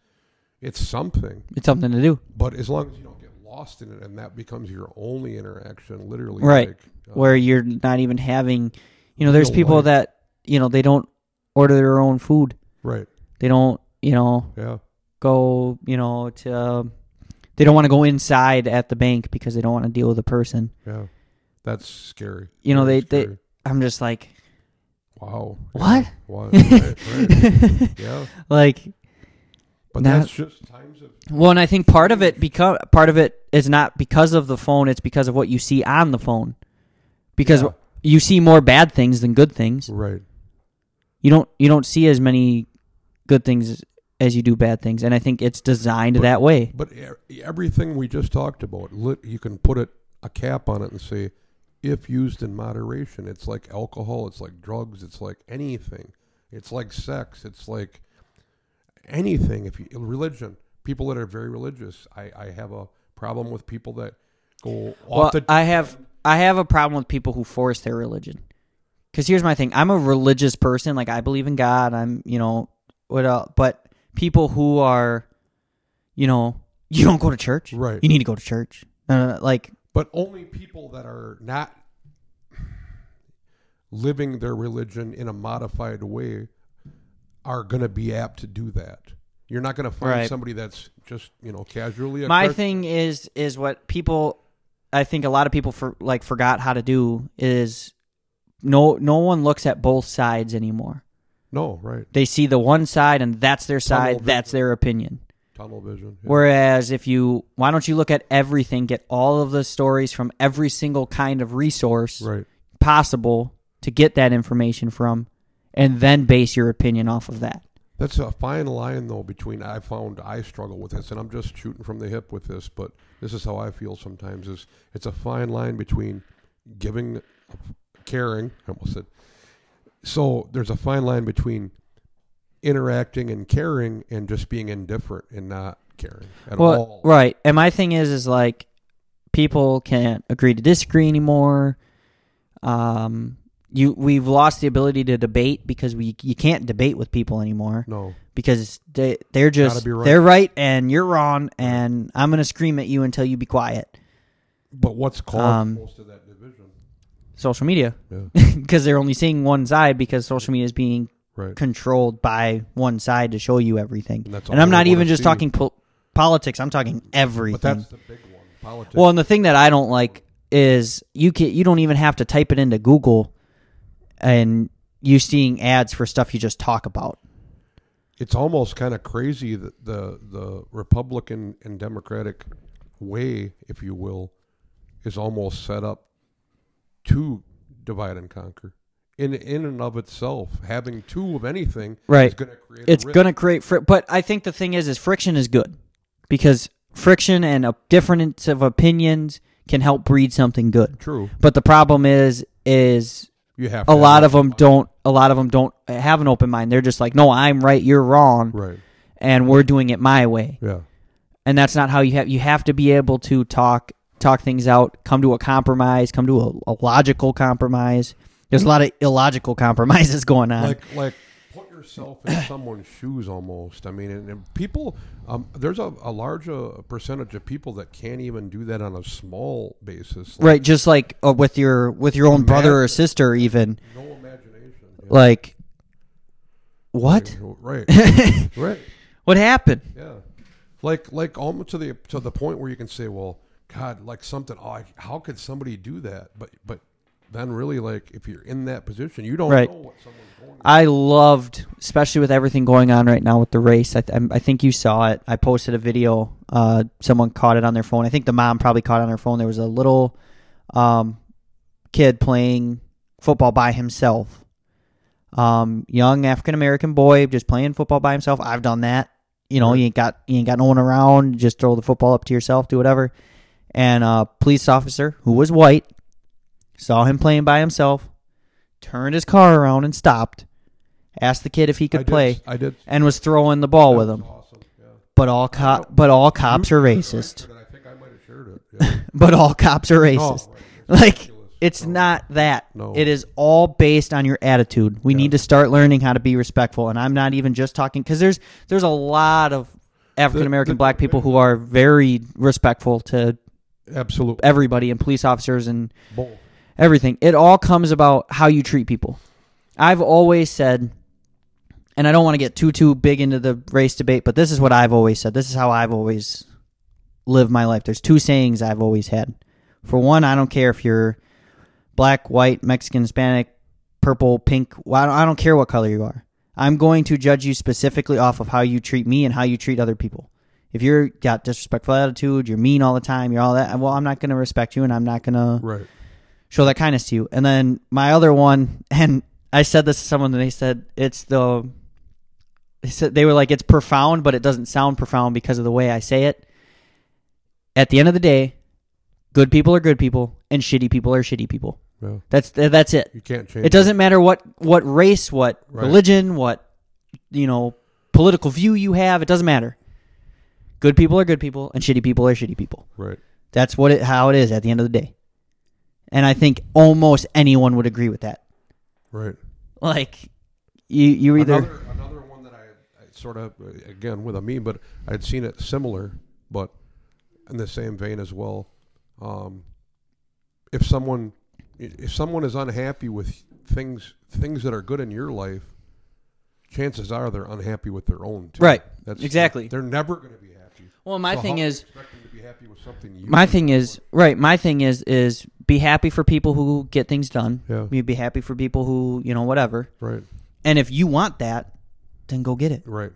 it's something. it's something to do. But as long as you don't get lost in it, and that becomes your only interaction, literally, Right. like, uh, where you're not even having you know there's Real people life. that you know they don't order their own food right, they don't you know yeah, go you know to they don't want to go inside at the bank because they don't want to deal with a person yeah. That's scary. You know, Really they- they- scary. i'm just like wow What? wow right, right. yeah. like But Now- that's just times of well and i think part of it become part of it is not because of the phone it's because of what you see on the phone because Yeah. you see more bad things than good things right. you don't you don't see as many good things as you do bad things and i think it's designed that way But e- everything we just talked about, lit, you can put it a cap on it and say, if used in moderation, it's like alcohol, it's like drugs, it's like anything, it's like sex, it's like anything. If you religion, people that are very religious, I, I have a problem with people that go Well, off the. I have I have a problem with people who force their religion. Because here's my thing: I'm a religious person. Like I believe in God. I'm you know what? Uh, but people who are, you know, you don't go to church. Right. You need to go to church. No, no, no, like but only people that are not living their religion in a modified way are going to be apt to do that. You're not going to find Right. somebody that's just you know casually. A my Christ- thing is is what people. I think a lot of people for like forgot how to do is no no one looks at both sides anymore. No, right? They see the one side and that's their Tunnel side. vision. That's their opinion. Tunnel vision. yeah. Whereas if you, why don't you look at everything, get all of the stories from every single kind of resource Right. possible to get that information from, and then base your opinion off of that. That's a fine line though between I found I struggle with this and I'm just shooting from the hip with this, but this is how I feel sometimes is it's a fine line between giving caring, I almost said. So there's a fine line between interacting and caring and just being indifferent and not caring at Well, all. right. And my thing is, is like people can't agree to disagree anymore. Um, you we've lost the ability to debate because we you can't debate with people anymore No. because they they're just be right. they're right and you're wrong and I'm gonna scream at you until you be quiet. But what's caused Um, most of that division? Social media. Yeah. because they're only seeing one side because social media is being Right. controlled by one side to show you everything. And that's And, all I'm they not wanna even just see. talking pol- politics. I'm talking But everything. that's the big one. Politics. Well, and the thing that I don't like is you can you don't even have to type it into Google, and you seeing ads for stuff you just talk about. it's almost kind of crazy that the the Republican and Democratic way, if you will, is almost set up to divide and conquer. In in and of itself, having two of anything is Right. going to create. It's a rift. going to create friction. But I think the thing is, is friction is good because friction and a difference of opinions can help breed something good. true. But the problem is, is You have a to have lot an of them open don't. A lot of them don't have an open mind. They're just like, no, I'm right, you're wrong, mind. Right. and we're doing it my way. Yeah. And that's not how you have. You have to be able to talk talk things out, come to a compromise, come to a, a logical compromise. There's a lot of illogical compromises going on. like like put yourself in someone's shoes almost i mean and, and people um, there's a, a large uh, percentage of people that can't even do that on a small basis like right, just like uh, with your with your own brother or sister, even no imagination you know, like what right right what happened? yeah like like almost to the to the point where you can say well god like something oh, I, how could somebody do that but but then really like if you're in that position you don't Right. know what someone's going through. I loved, especially with everything going on right now with the race. I, th- I'm- I think you saw it. I posted a video. Uh, someone caught it on their phone. I think the mom probably caught it on her phone. There was a little um, kid playing football by himself. Um, young African American boy just playing football by himself. I've done that. You know, you ain't got you ain't got no one around. Just throw the football up to yourself. Do whatever. And a police officer who was white saw him playing by himself, turned his car around and stopped. Asked the kid if he I could did- play i did and was throwing the ball with that was him. awesome yeah But all cop, but all cops are racist. i think i might have shared it yeah. Oh, But all cops are racist. right. Like it's not that. Oh. No. It is all based on your attitude. We need to start learning how to be respectful. And I'm not even just talking because there's there's a lot of African American the- black people who are very respectful to Absolutely. everybody and police officers and Both. everything. It all comes about how you treat people. I've always said, and I don't want to get too too big into the race debate, but this is what I've always said. This is how I've always lived my life. There's two sayings I've always had. For one, I don't care if you're black, white, Mexican, Hispanic, purple, pink. Well, I don't- I don't care what color you are. I'm going to judge you specifically off of how you treat me and how you treat other people. If you're got disrespectful attitude, you're mean all the time, you're all that. Well, I'm not going to respect you, and I'm not going to Right. show that kindness to you. And then my other one, and I said this to someone, and they said it's the. They said they were like it's profound, but it doesn't sound profound because of the way I say it. At the end of the day, good people are good people, and shitty people are shitty people. Yeah. That's that's it. You can't change. It doesn't matter what what race, what Right. religion, what you know, political view you have. It doesn't matter. Good people are good people, and shitty people are shitty people. Right. That's what it how it is at the end of the day. And I think almost anyone would agree with that. Right. Like you you either Another, another one that I, I sort of uh, again with a meme, but I'd seen it similar, but in the same vein as well. Um, if someone if someone is unhappy with things things that are good in your life, chances are they're unhappy with their own. Too. Right. Exactly. They're never going to be happy. Well, my So thing how can you is- expect them to be happy with something you my thing is right, my thing is is be happy for people who get things done. Yeah. You be happy for people who, you know, whatever. right And if you want that, then go get it. right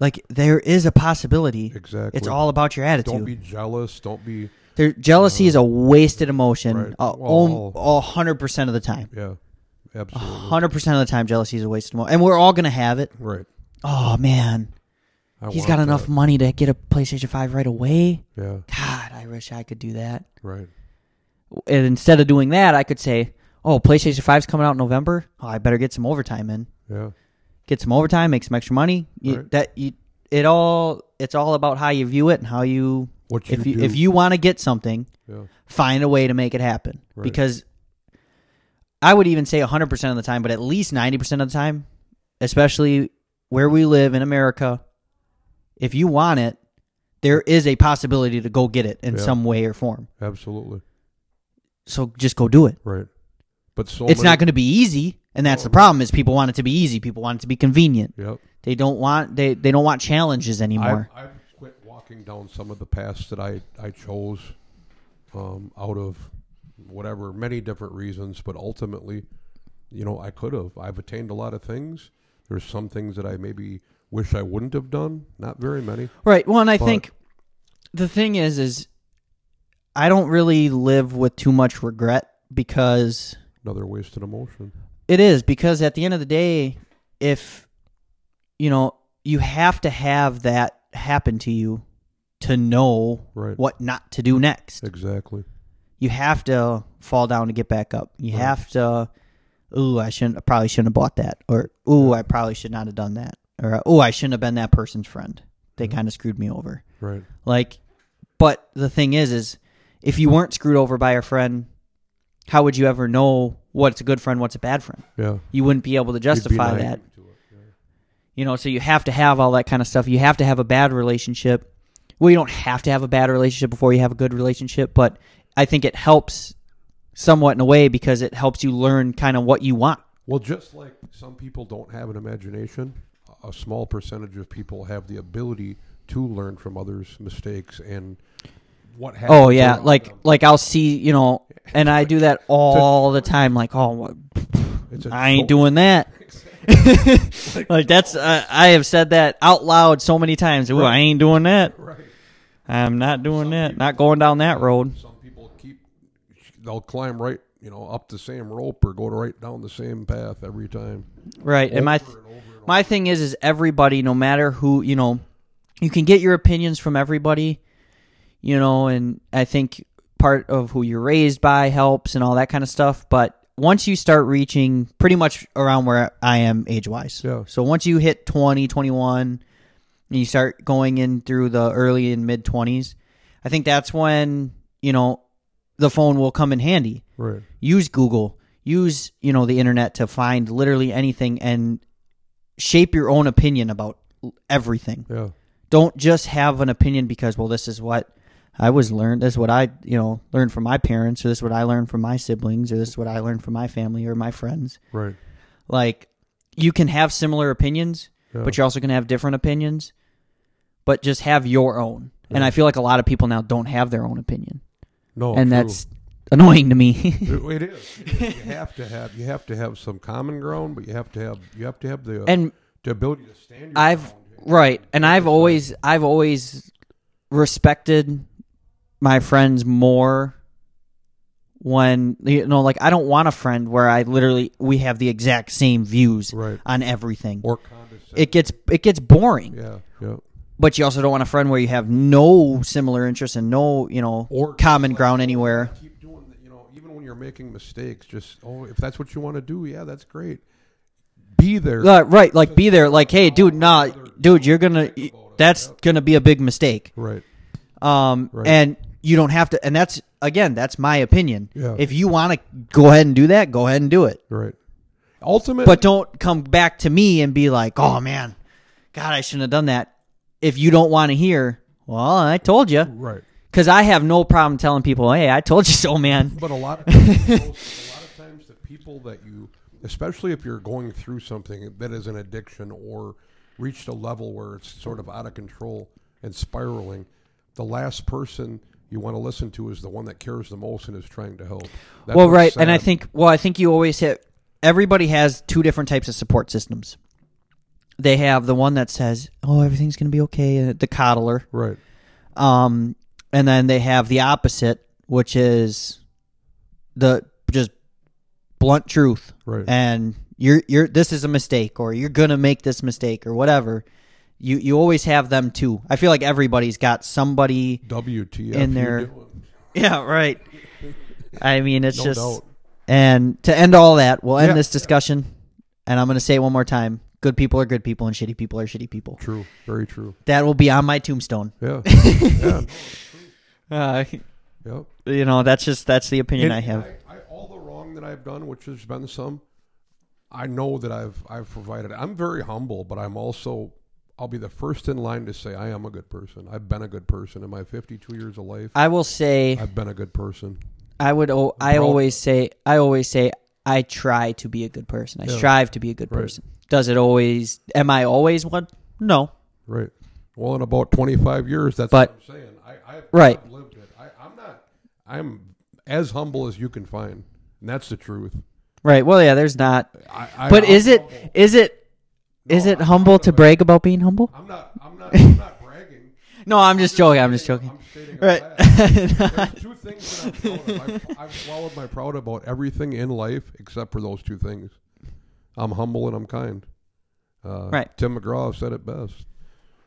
Like there is a possibility. exactly. It's all about your attitude. Don't be jealous. Don't be there, jealousy is a wasted emotion Right. uh, Well- al- 100% of the time. yeah, absolutely 100% of the time jealousy is a wasted emotion. And we're all going to have it. right. Oh man. I He's want got enough money to get a PlayStation 5 right away. that. Yeah, God, I wish I could do that. right. And instead of doing that, I could say, "Oh, PlayStation 5's coming out in November. Oh, I better get some overtime in. Yeah, Get some overtime, make some extra money." You- Right. That you, it all it's all about how you view it and how you what you if you do. if you want to get something, yeah, find a way to make it happen Right. because I would even say 100% of the time, but at least 90% of the time, especially where we live in America, if you want it, there is a possibility to go get it in Yeah. some way or form. absolutely So just go do it. right. But so it's many, not going to be easy, and that's the problem is people want it to be easy, people want it to be convenient. Yep. They don't want they, they don't want challenges I anymore. I've quit walking down some of the paths that I I chose, um, out of whatever many different reasons, but ultimately, you know, I could have. I've attained a lot of things. There's some things that I maybe wish I wouldn't have done. Not very many. Right. Well, and I But- think the thing is, is I don't really live with too much regret because Another wasted emotion. it is because at the end of the day, if you know, you have to have that happen to you to know Right. what not to do next. Exactly. You have to fall down to get back up. You Right. have to ooh, I shouldn't, I probably shouldn't have bought that, or ooh, I probably should not have done that, or ooh, I shouldn't have been that person's friend. They kind of screwed me over. Right. Like, but the thing is, is if you weren't screwed over by a friend, how would you ever know what's a good friend, what's a bad friend? Yeah. You wouldn't be able to You'd be justify naive that. to it, yeah. You know, so you have to have all that kind of stuff. You have to have a bad relationship. Well, you don't have to have a bad relationship before you have a good relationship, but I think it helps somewhat in a way because it helps you learn kind of what you want. Well, just like some people don't have an imagination, a small percentage of people have the ability to learn from others' mistakes and what happens. Oh yeah, around like them. like I'll see you know, and I do that all the time. Like oh, what- It's a I ain't cho- doing that. like that's uh, I have said that out loud so many times. Ooh, I ain't doing that. Right. I'm not doing that. Not going down that road. Some people keep they'll climb right, you know, up the same rope or go right down the same path every time. Right. And my Over and over and over. my thing is is everybody no matter who you know you can get your opinions from everybody you know and i think part of who you're raised by helps and all that kind of stuff but once you start reaching pretty much around where i am age wise Yeah. so once you hit 20 21 and you start going in through the early and mid 20s i think that's when you know the phone will come in handy Right. use Google, use you know the internet to find literally anything and shape your own opinion about everything. Yeah. Don't just have an opinion because well this is what I was learned, this is what I you know learned from my parents, or this is what I learned from my siblings, or this is what I learned from my family or my friends. Right. Like you can have similar opinions, Yeah. but you're also going to have different opinions. But just have your own. And I feel like a lot of people now don't have their own opinion. No. and Oh, true. that's annoying to me. it it is. You have to have you have to have some common ground, but you have to have you have to have the and the ability to stand your I've ground. right, and I've always I've always respected my friends more when you know like I don't want a friend where I literally we have the exact same views Right. on everything. or condescend. it gets it gets boring. yeah. Yeah. But you also don't want a friend where you have no similar interests and no, you know, Or- common ground anywhere. keep doing that, you know even when you're making mistakes just oh if that's what you want to do yeah that's great be there Uh, right, like be there like hey dude, nah, dude, you're going to that's going to be a big mistake. right Um, Right. and you don't have to. And that's again, that's my opinion. Yeah. If you want to go ahead and do that, go ahead and do it. right ultimately But don't come back to me and be like, "Oh man, God, I shouldn't have done that." If you don't want to hear, well, I told you, right because I have no problem telling people, "Hey, I told you so, man." but a lot of times, a lot of times the people that you especially if you're going through something that is an addiction or reached a level where it's sort of out of control and spiraling the last person you want to listen to is the one that cares the most and is trying to help That's well, what's right, and I sad. think, well, I think you always hit. Everybody has two different types of support systems. They have the one that says, "Oh, everything's going to be okay," uh, the coddler, right Um, and then they have the opposite, which is the just blunt truth. Right. And you're you're this is a mistake, or you're gonna make this mistake, or whatever. You you always have them too. I feel like everybody's got somebody. WTF In you there. doing? Yeah, right. I mean, it's No just. doubt. And to end all that, we'll end Yeah. this discussion. And I'm gonna say it one more time: good people are good people, and shitty people are shitty people. True. Very true. That will be on my tombstone. Yeah. yeah. Uh, Yeah. you know, that's just that's the opinion I have. I, all the wrong that I've done, which has been some, I know that I've I've provided. I'm very humble, but I'm also I'll be the first in line to say I am a good person. I've been a good person in my 52 years of life. I will say I've been a good person. I would o- I proud of always say I always say I try to be a good person. I strive to be a good Right. person. Does it always am I always one? No. Right. Well, in about 25 years, that's But- what I'm saying. I, I've, Right. I've lived it. I, I'm not. I'm as humble as you can find, and that's the truth. Right. Well, yeah, there's not. I, I, But I'm is it humble. is it is it humble to brag about being humble? I'm not. I'm not. I'm not bragging. No, I'm just joking. I'm just joking. I'm stating a Right. fact. There's two things that I'm proud of. I've, I've swallowed my proud about everything in life except for those two things. I'm humble and I'm kind. Uh, Right. Tim McGraw said it best.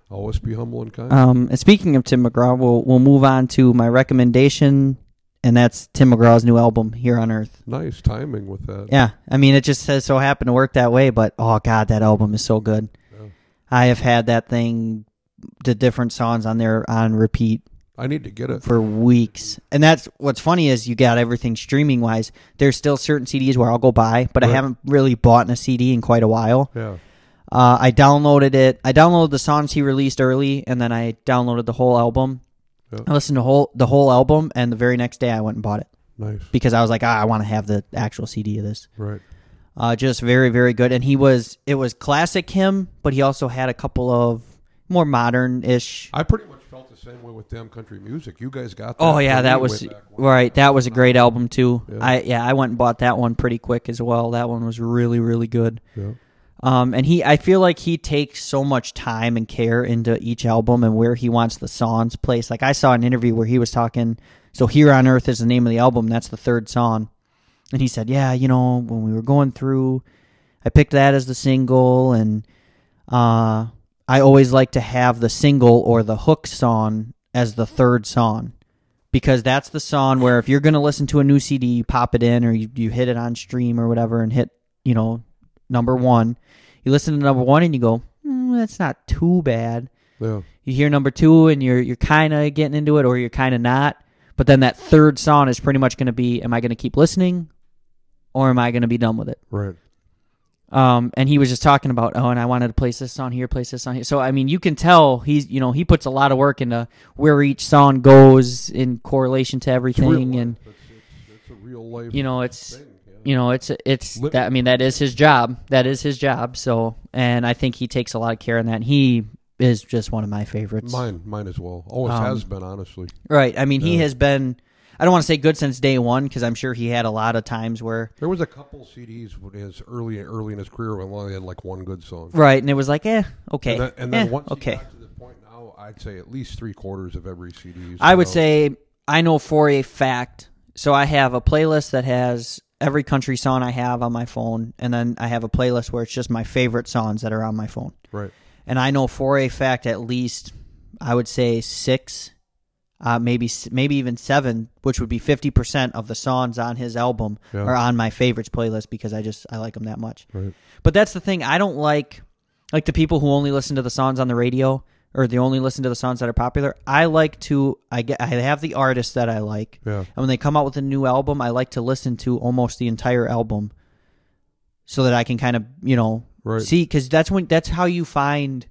Always be humble and kind. Uh, Um, and speaking of Tim McGraw, we'll we'll move on to my recommendation and that's Tim McGraw's new album, Here on Earth. Nice timing with that. Yeah, I mean, it just has so happened to work that way. But oh god, that album is so good. Yeah. I have had that thing, the different songs on there on repeat I need to get it. for weeks. And that's what's funny is you got everything streaming wise. There's still certain CDs where I'll go buy, but I Right. haven't really bought a CD in quite a while. Yeah. Uh, I downloaded it. I downloaded the songs he released early, and then I downloaded the whole album. Yeah. I listened to whole the whole album, and the very next day I went and bought it Nice. because I was like, ah, I want to have the actual CD of this. Right. Uh, just very very good, and he was it was classic him, but he also had a couple of more uh, modern ish. I pretty much felt the same way with damn country music. You guys got that. Oh yeah, from me that way was back when. right. That was a great album too. Yeah. I yeah, I went and bought that one pretty quick as well. That one was really really good. Yeah. Um, and he, I feel like he takes so much time and care into each album and where he wants the songs placed. Like I saw an interview where he was talking. So here on Earth is the name of the album. That's the third song, and he said, "Yeah, you know, when we were going through, I picked that as the single, and uh, I always like to have the single or the hook song as the third song." Because that's the song where if you're going to listen to a new CD, you pop it in or you, you hit it on stream or whatever and hit, you know, number one. You listen to number one and you go, mm, that's not too bad. Yeah. You hear number two and you're you're kind of getting into it, or you're kind of not. But then that third song is pretty much going to be: Am I going to keep listening, or am I going to be done with it? Right. Um, and he was just talking about, oh, and I wanted to place this song here, place this song here. So I mean, you can tell he's you know he puts a lot of work into where each song goes in correlation to It's real everything, life. and it's, it's, it's a real life. you know it's thing, yeah. you know it's it's Lit- that i mean that is his job that is his job so and i think he takes a lot of care in that and he is just one of my favorites Mine, mine as well. Always Um, has been, honestly. right i mean he Yeah. has been i don't want to say good since day one because i'm sure he had a lot of times where There was a couple CDs with his early, early in his career when he only had like one good song. right and it was like eh okay And then, and then eh, once okay he got to the point now, I'd say at least three quarters of every CD. is I would out. say I know for a fact. So I have a playlist that has every country song I have on my phone, and then I have a playlist where it's just my favorite songs that are on my phone. Right. And I know for a fact at least I would say six, uh, maybe s- maybe even seven, which would be fifty percent of the songs on his album Yeah. are on my favorites playlist because I just I like them that much. Right. But that's the thing. I don't like like the people who only listen to the songs on the radio or they only listen to the songs that are popular. I like to I get I have the artists that I like. Yeah. And when they come out with a new album, I like to listen to almost the entire album so that I can kind of, you know, Right. see cuz that's when that's how you find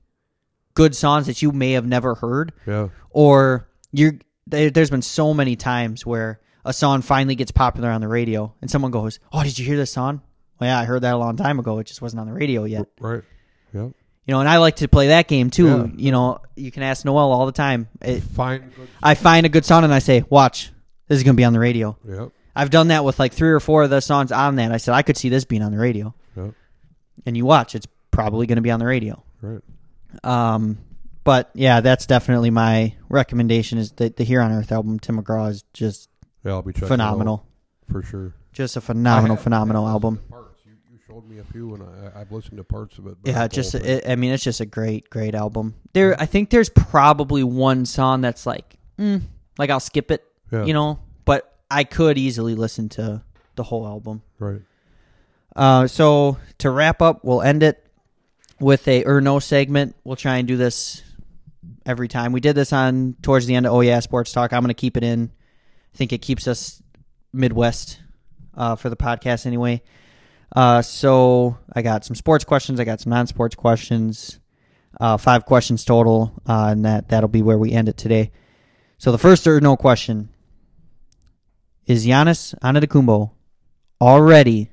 good songs that you may have never heard Yeah. or you're there, there's been so many times where a song finally gets popular on the radio and someone goes oh did you hear this song well yeah i heard that a long time ago it just wasn't on the radio yet Right. Yeah. you know and i like to play that game too Yeah. you know you can ask noel all the time It- Fine. Good. i find a good song and i say watch this is going to be on the radio Yeah. i've done that with like three or four of the songs on that i said i could see this being on the radio Yeah. and you watch it's probably going to be on the radio Right. um, but yeah, that's definitely my recommendation. Is that the Here on Earth album? Tim McGraw is just Yeah. I'll be checking it out phenomenal, for sure. just a phenomenal, I have- phenomenal I've listened album. to Parts. You, you showed me a few, and I, I've listened to parts of it. but not Yeah, the just whole thing. it, I mean, it's just a great, great album. There, I think there's probably one song that's like, mm, like I'll skip it, Yeah. you know. But I could easily listen to the whole album. right. Uh, so to wrap up, we'll end it with a or no segment. We'll try and do this every time. We did this on towards the end of Oh Yeah Sports Talk. I'm going to keep it in. I think it keeps us Midwest uh, for the podcast anyway. Uh, so I got some sports questions. I got some non-sports questions. Uh, five questions total, uh, and that that'll be where we end it today. So the first or no question is Giannis Antetokounmpo already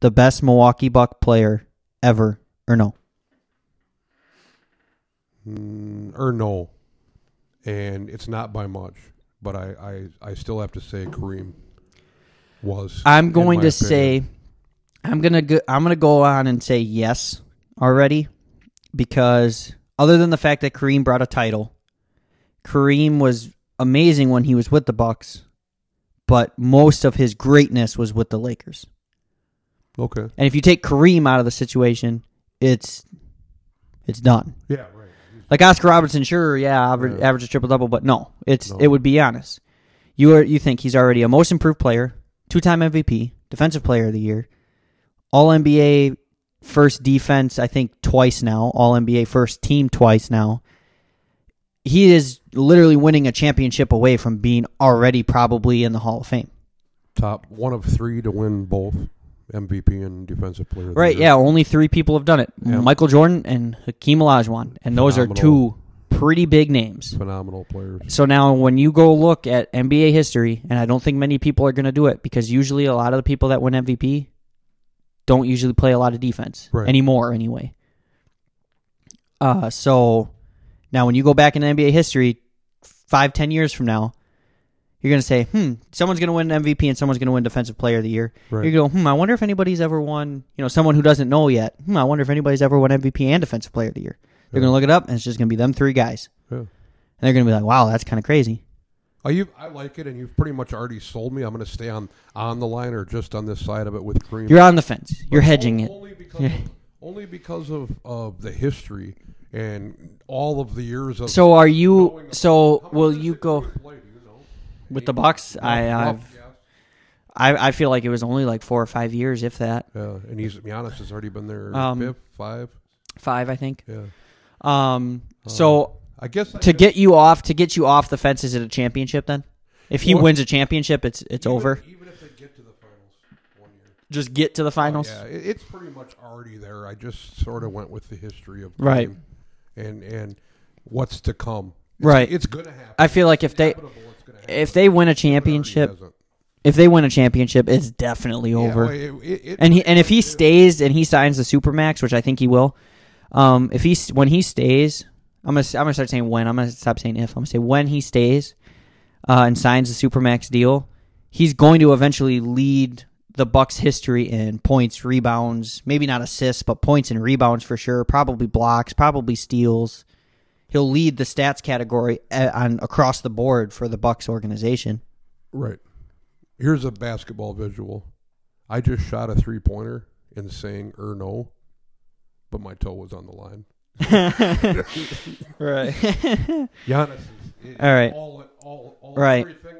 the best Milwaukee Buck player ever or no? Mm, or no, and it's not by much, but I, I, I still have to say Kareem was. I'm in going to my opinion. say I'm going to go, I'm going to go on and say yes already because other than the fact that Kareem brought a title, Kareem was amazing when he was with the Bucks, but most of his greatness was with the Lakers. Okay. And if you take Kareem out of the situation, it's it's done. Yeah. Right. Like Oscar Robertson, sure, yeah, average, Yeah. average a triple double, but no, it's No. it would be Giannis. You are you think he's already a most improved player, two time MVP, defensive player of the year, all NBA first defense, I think twice now, all NBA first team twice now. He is literally winning a championship away from being already probably in the Hall of Fame. Top one of three to win both MVP and defensive player. of the Right, year. yeah, only three people have done it. Yeah. Michael Jordan and Hakeem Olajuwon, and those are Phenomenal. two pretty big names. Phenomenal players. So now when you go look at NBA history, and I don't think many people are going to do it because usually a lot of the people that win MVP don't usually play a lot of defense Right. anymore anyway. Uh, so now when you go back in NBA history, five, ten years from now, you're going to say, hmm, someone's going to win MVP and someone's going to win Defensive Player of the Year. Right. You go, hmm, I wonder if anybody's ever won, you know, someone who doesn't know yet, hmm, I wonder if anybody's ever won MVP and Defensive Player of the Year. They're Yeah. going to look it up and it's just going to be them three guys. Yeah. And they're going to be like, wow, that's kind of crazy. Are Oh, you, I like it, and you've pretty much already sold me. I'm going to stay on on the line or just on this side of it with Kareem. You're on the fence. You're hedging it. only because of, only because of, of the history and all of the years of So are you? knowing of- So How many will years you did go Kareem play, do you know? with the Bucks? I uh, Yeah, I've, I I feel like it was only like four or five years, if that. yeah, and he's Giannis has already been there Um, fifth, five. Five, I think. Yeah, Um. So I guess I to just- get you off, to get you off the fence, is it a championship then? If he Well- wins a championship, it's it's even- over. Even if they get to the finals one year, Just get to the finals. yeah, it, it's pretty much already there. I just sort of went with the history of Right. Kareem and and what's to come. It's, Right. it's going to happen. I feel like if they Inevitable, it's gonna happen. if they win a But it already championship, doesn't. if they win a championship, it's definitely Yeah, over. well, it- it- it- and he and if he stays and he signs the supermax, which I think he will, um, if he when he stays, I'm gonna s- I'm gonna start saying when I'm gonna stop saying if I'm gonna say when he stays, uh, and signs the supermax deal, he's going to eventually lead the Bucks history in points, rebounds, maybe not assists, but points and rebounds for sure. Probably blocks, probably steals. He'll lead the stats category uh, on across the board for the Bucks organization. Right. Here's a basketball visual. I just shot a three pointer and saying er no, but my toe was on the line. Right. Giannis is, is All right. all, all, all Right. everything,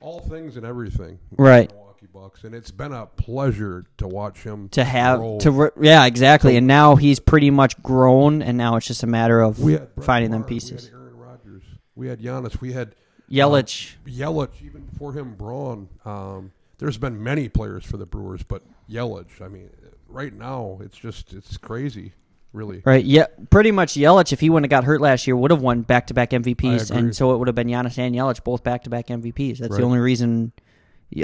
all things and everything. with Right. the Milwaukee Bucks, and it's been a pleasure to watch him to have roll. to re- yeah exactly and now he's pretty much grown and now it's just a matter of we had Brett finding them Favre, pieces We had Aaron Rodgers. We had Giannis. We had Yelich Yelich. Even before him, Braun. Um, there's been many players for the Brewers, but Yelich. I mean, right now it's just it's crazy, really. right yeah pretty much Yelich if he wouldn't have got hurt last year would have won back to back MVPs agree. and so it would have been Giannis and Yelich both back to back MVPs that's Right. the only reason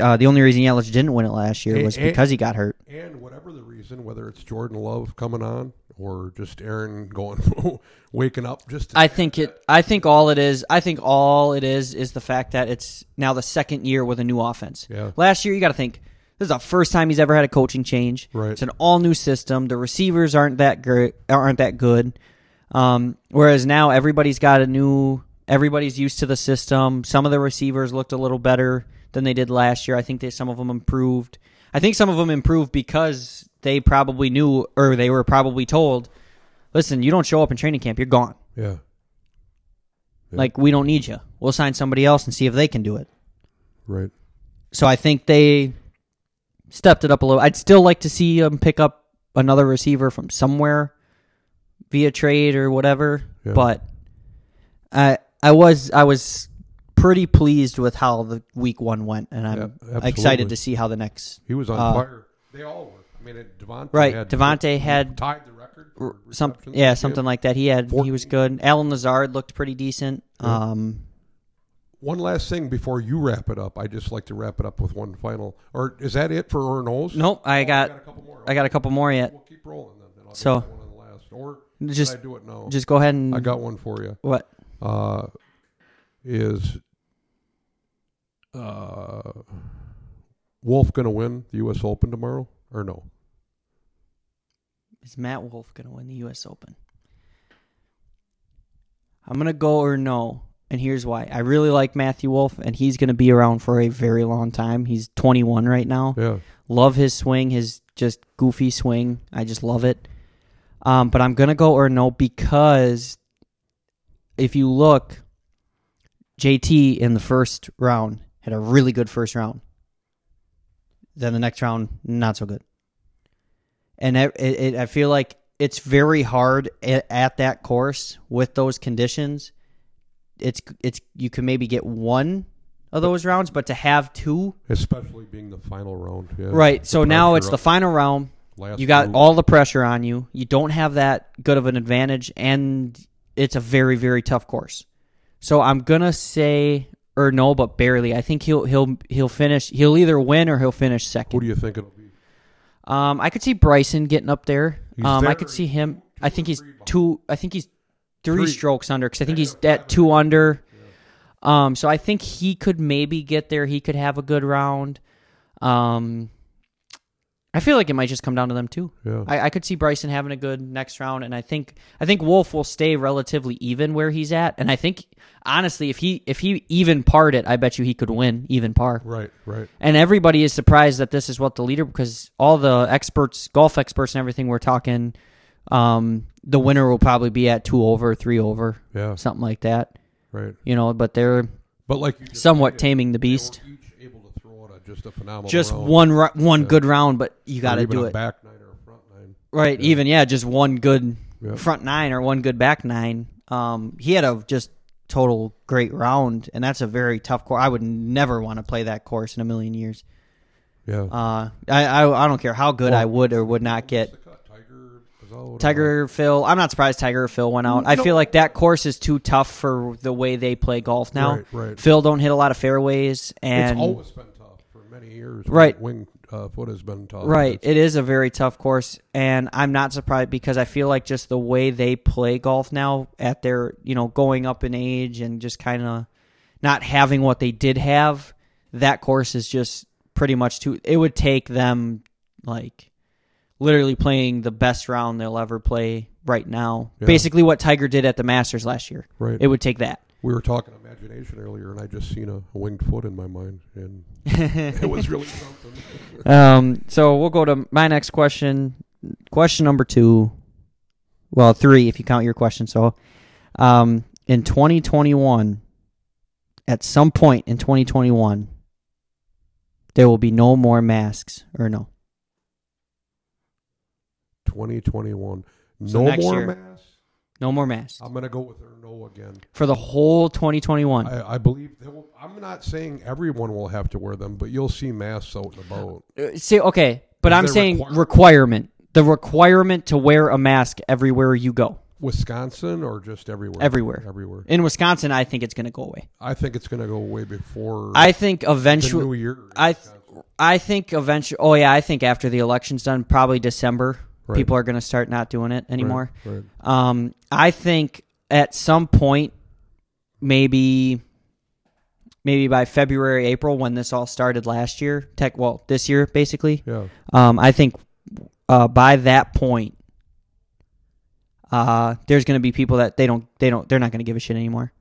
uh, the only reason Yelich didn't win it last year Eh, was eh. because he got hurt And whatever the reason, whether it's Jordan Love coming on or just Aaron going waking up, just to I think it I think all it is I think all it is is the fact that it's now the second year with a new offense Yeah. last year you got to think this is the first time he's ever had a coaching change Right. it's an all new system the receivers aren't that great aren't that good um, whereas now everybody's got a new everybody's used to the system some of the receivers looked a little better than they did last year i think they some of them improved i think some of them improved because they probably knew or they were probably told listen you don't show up in training camp you're gone yeah. Yeah. like we don't need you we'll sign somebody else and see if they can do it Right. so I think they stepped it up a little. I'd still like to see them pick up another receiver from somewhere via trade or whatever. Yeah. But I I was I was pretty pleased with how the week one went, and I'm Yeah, absolutely. excited to see how the next. He was on Uh, fire. They all were. I mean, it, Devontae Right, had, Devontae had tied the record. for Some receptions, yeah, didn't he? something like that. He had he was good. Alan Lazard looked pretty decent. Um, One last thing before you wrap it up, I just like to wrap it up with one final. Or is that it for Ernos? nope, I I got a got couple more. I got a couple more yet. We'll keep rolling then. and I'll So- do that one in the last. Or should Just- I do it now? Just go ahead and I got one for you. what uh, is uh, Wolf going to win the U.S. Open tomorrow or no? Is Matt Wolf going to win the U.S. Open? I'm going to go or no. And here's why. I really like Matthew Wolf, and he's going to be around for a very long time. He's 21 right now. Yeah, Love his swing, his just goofy swing. I just love it. Um, but I'm going to go or no because if you look, JT in the first round had a really good first round. Then the next round, not so good. And I- it, it, I feel like it's very hard at, at that course with those conditions. It's it's you can maybe get one of those rounds, but to have two, especially being the final round. Yeah. right? So now pressure it's the up. final round. Last You got move. all the pressure on you. You don't have that good of an advantage, and it's a very, very tough course. So I'm gonna say, or no, but barely. I think he'll he'll he'll finish. He'll either win or he'll finish Who second. do you think it'll be? Um, I could see Bryson getting up there. He's Um, I there. could see him. I think he's three behind. two. I think he's three, Three. strokes under because I think he's at two under. Um, so I think he could maybe get there. He could have a good round. Um, I feel like it might just come down to them too. Yeah. I, I could see Bryson having a good next round, and I think I think Wolf will stay relatively even where he's at. And I think honestly, if he if he even parred it, I bet you he could win even par. right. Right. And everybody is surprised that this is what the leader because all the experts, golf experts, and everything we're talking, um, the winner will probably be at two over, three over, Yeah. something like that. Right. You know, but they're But like you just somewhat stated, taming the they were beast. each able to throw out a, just a phenomenal. Just round, one ru- one good round, but you got or to even do a it. Back nine or a front nine. Right. Even yeah, just one good Yeah. front nine or one good back nine. Um, he had a just total great round, and that's a very tough course. I would never want to play that course in a million years. Yeah. Uh, I I, I don't care how good I would or would not get. What's the cut? Tiger was out. or- Tiger Phil, I'm not surprised Tiger or Phil went out. I feel like that course is too tough for the way they play golf now. Right, right. Phil don't hit a lot of fairways, and it's always been tough for many years. Right. Wing uh, foot has been tough. Right. It is a very tough course and I'm not surprised because I feel like just the way they play golf now at their, you know, going up in age and just kind of not having what they did have, that course is just pretty much too it would take them like literally playing the best round they'll ever play right now. Yeah. Basically what Tiger did at the Masters last year. Right. It would take that. we were talking imagination earlier, and I just seen a winged foot in my mind, and it was really something. Um, so we'll go to my next question. Question number two, well, three if you count your question. So, um, in 2021, at some point in 2021, there will be no more masks, or no? 2021. So no next more year. masks. No more masks I'm gonna go with or no again. Oh. for the whole 2021. I, I believe they will, I'm not saying everyone will have to wear them, but you'll see masks out and about. Uh, See, okay, but Is I'm there saying requirement? requirement. The requirement to wear a mask everywhere you go. Wisconsin or just everywhere? Everywhere. Everywhere. In Wisconsin, I think it's going to go away. I think it's gonna go away before I think the eventually. new year. in I th- Wisconsin. I think eventually. Oh yeah, I think after the election's done, probably December, Right. people are going to start not doing it anymore. Right, right. Um, I think at some point, maybe, maybe by February, April, when this all started last year, tech, well, this year basically. Yeah. Um, I think uh, by that point, uh, there's going to be people that they don't, they don't, they're not going to give a shit anymore.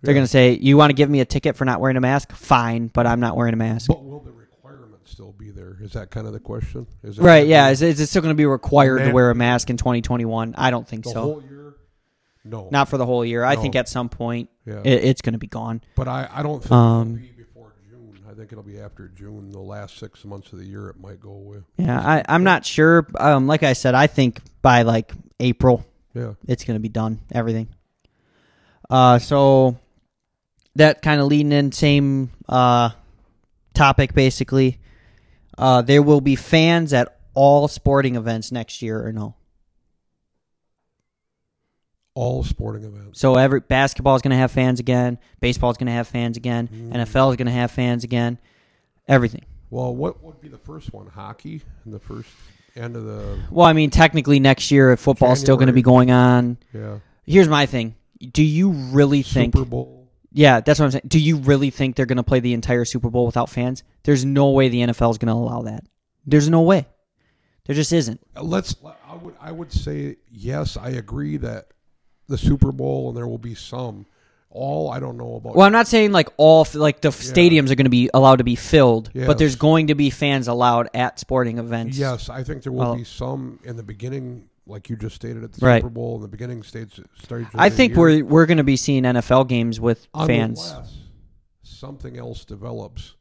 They're Yeah. going to say, "You want to give me a ticket for not wearing a mask? Fine, but I'm not wearing a mask." But will the requirement still be there? Is that kind of the question? Is that Right, yeah. Is, is it still going to be required to Man- wear a mask in 2021? I don't think the so. whole year? No. Not for the whole year. I No. think at some point Yeah. it, it's going to be gone. but I, I don't think Um, it'll be before June. I think it'll be after June, the last six months of the year. It might go away. Yeah, I, I'm not sure. Um, like I said, I think by like April, Yeah. it's going to be done. Everything. Uh, so that kind of leading in same uh topic basically. Uh, there will be fans at all sporting events next year, or no? All sporting events. So every basketball is going to have fans again. Baseball is going to have fans again. Mm. NFL is going to have fans again. Everything. Well, what would be the first one? Hockey in the first end of the Well, I mean, technically next year, football's still going to January. be going on. yeah Here's my thing. Do you really think? Super Bowl. Yeah, that's what I'm saying. Do you really think they're going to play the entire Super Bowl without fans? There's no way the NFL is going to allow that. There's no way. There just isn't. Uh, Let's. I would. I would say yes. I agree that the Super Bowl and there will be some. All I don't know about. Well, I'm not saying like all like the stadiums are going to be allowed to be filled, but Yes. there's going to be fans allowed at sporting events. Yes, I think there will Well- be some in the beginning, like you just stated at the Right. Super Bowl in the beginning states. stages of I the think year. we're we're going to be seeing NFL games with fans. Unless something else develops.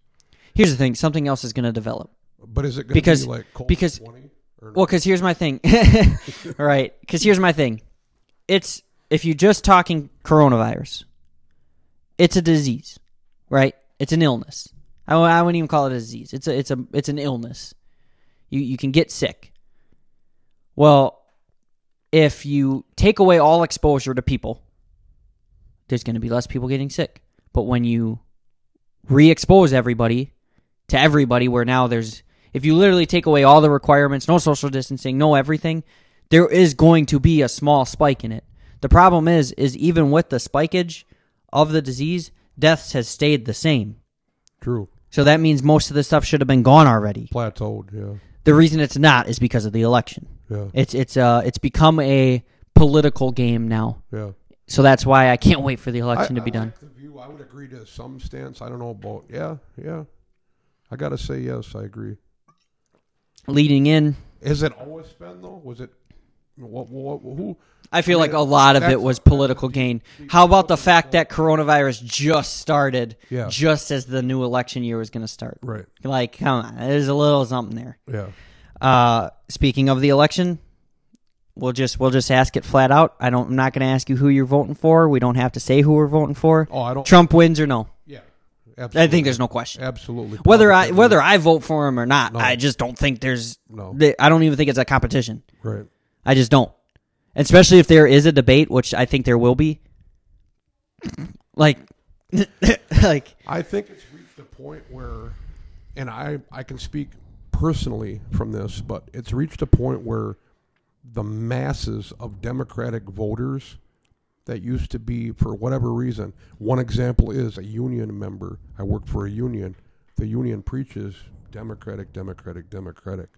Here's the thing: something else is going to develop. But is it going to Because- be like Colts because- 20? Or Well, because here's my thing. right. Because here's my thing. It's if you're just talking coronavirus, it's a disease, right? It's an illness. I, wou- I wouldn't even call it a disease. It's a it's a it's an illness. You you can get sick. Well, if you take away all exposure to people, there's going to be less people getting sick. But when you re-expose everybody to everybody, where now there's if you literally take away all the requirements, no social distancing, no everything, there is going to be a small spike in it. The problem is is even with the spikeage of the disease, deaths has stayed the same. true So that means most of the stuff should have been gone already. plateaued. Yeah, The reason it's not is because of the election. yeah, It's it's uh it's become a political game now. yeah. So that's why I can't wait for the election to be done. like the view. I would agree to some stance. I don't know about. Yeah, yeah. I gotta say yes. I agree. Leading in, Has it always been though? Was it? What? What? Who? I feel I like mean, a lot of it that's- was political gain. How about the fact that coronavirus just started Yeah. just as the new election year was going to start? Right. Like, come on, there's a little something there. Yeah. Uh, speaking of the election, we'll just we'll just ask it flat out. I don't. I'm not going to ask you who you're voting for. We don't have to say who we're voting for. Oh, I don't. Trump wins or no? Yeah. I Absolutely. think there's no question. absolutely Whether I positive. whether I vote for him or not, I just don't think there's. No. I don't even think it's a competition. right. I just don't. Especially if there is a debate, which I think there will be. Like, like I think it's reached a point where, and I I can speak personally from this, but it's reached a point where the masses of Democratic voters that used to be for whatever reason. One example is a union member. I work for a union. The union preaches Democratic, Democratic, Democratic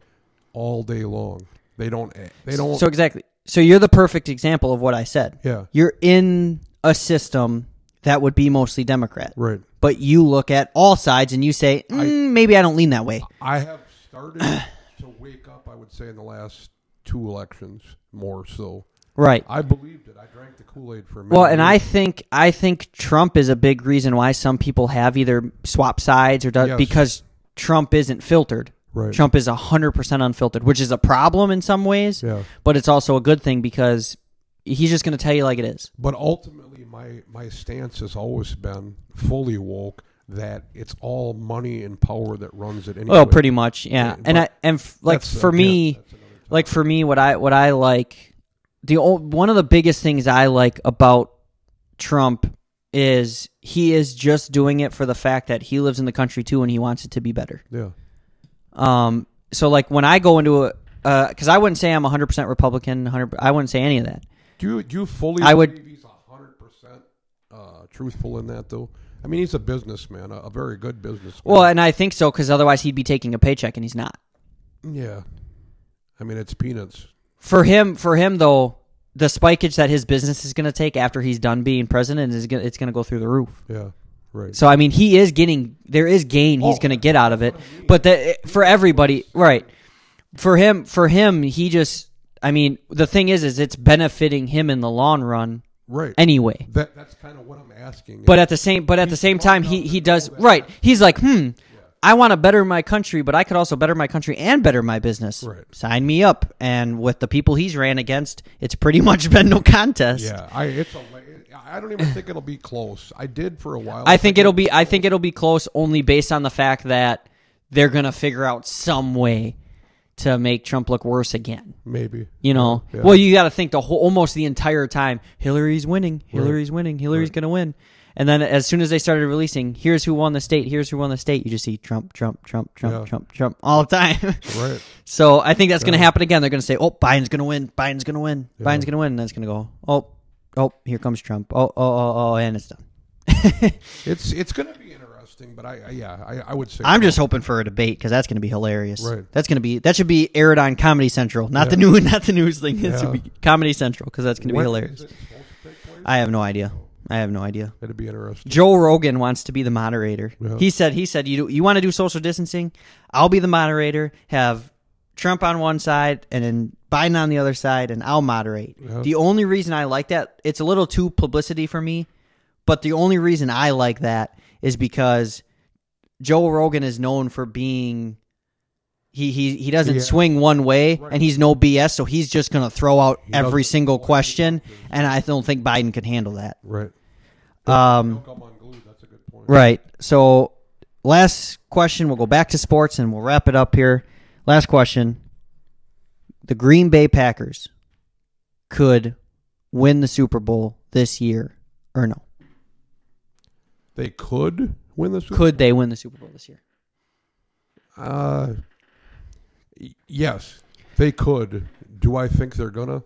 all day long. They don't. eh, They don't. so exactly. So you're the perfect example of what I said. yeah. You're in a system that would be mostly Democrat, Right. but you look at all sides and you say, mm, maybe I don't lean that way. I have started to wake up. I would say in the last two elections, more so. Right. I believed it. I drank the Kool Aid for a minute. Well, and I think I think Trump is a big reason why some people have either swap sides or does Yes. because Trump isn't filtered. Right. Trump is 100% unfiltered, which is a problem in some ways, Yeah. but it's also a good thing because he's just going to tell you like it is. But ultimately, my my stance has always been fully woke that it's all money and power that runs it. Anyway. Well, Oh, pretty much, yeah. Yeah, And I but and f- like That's, uh, for yeah, me, that's another topic. like for me what i what i like the ol one of the biggest things i like about trump is he is just doing it for the fact that he lives in the country too and he wants it to be better yeah, um so like when i go into a because i wouldn't say i'm 100% republican 100 i wouldn't say any of that do you do you fully? I would- believe he's hundred percent uh, truthful in that though. I mean, he's a businessman, a, a very good businessman. well and i think so because otherwise he'd be taking a paycheck and he's not yeah, I mean it's peanuts. for him for him though the spikeage that his business is going to take after he's done being president is gonna, it's going to go through the roof Yeah, right. So I mean, he is getting there is gain he's Oh, going to get out of it, but the, for everybody, right? For him, for him, he just. I mean, the thing is, is it's benefiting him in the long run right. anyway. that that's kind of what I'm asking. But at the same, but at the same time, he he does right. He's like, hmm, I want to better my country, but I could also better my country and better my business. Right. Sign me up. And with the people he's ran against, it's pretty much been no contest. yeah, I it's a. la- I don't even think it'll be close. I did for a while. I think it'll be I think it'll be close only based on the fact that they're gonna figure out some way to make Trump look worse again. maybe. You know, Yeah. well, you got to think the whole almost the entire time Hillary's winning, Hillary's winning, Hillary's gonna win, and then as soon as they started releasing, here's who won the state, here's who won the state, you just see Trump, Trump, Trump, Trump, Yeah. Trump, Trump all the time. Right. so I think that's gonna happen again. They're gonna say, oh, Biden's gonna win, Biden's gonna win, Biden's gonna win, and then it's gonna go, oh, oh, here comes Trump, oh, oh, oh, oh, and it's done. It's it's going to be interesting, but I, I yeah, I, I would say I'm just hoping for a debate because that's going to be hilarious. Right. That's going to be that should be aired on Comedy Central, not the new, not the news thing. It should Yeah. be Comedy Central because that's going to be When hilarious. is it supposed to take place? I have no idea. I have no idea. It'd be interesting. Joe Rogan wants to be the moderator. Yeah. He said, he said, you do, you want to do social distancing? I'll be the moderator. Have Trump on one side and then Biden on the other side, and I'll moderate. The only reason I like that, it's a little too publicity for me, but the only reason I like that is because Joe Rogan is known for being he he he doesn't Yeah. swing one way Right. and he's no BS, so he's just going to throw out He every doesn't- single question, and I don't think Biden could handle that. Right. Um, Don't come unglued. That's a good point. Right. So, last question. We'll go back to sports and we'll wrap it up here. Last question. The Green Bay Packers could win the Super Bowl this year or no? They could win this. Could they win the Super Bowl this year? Uh, y- yes, they could. Do I think they're gonna?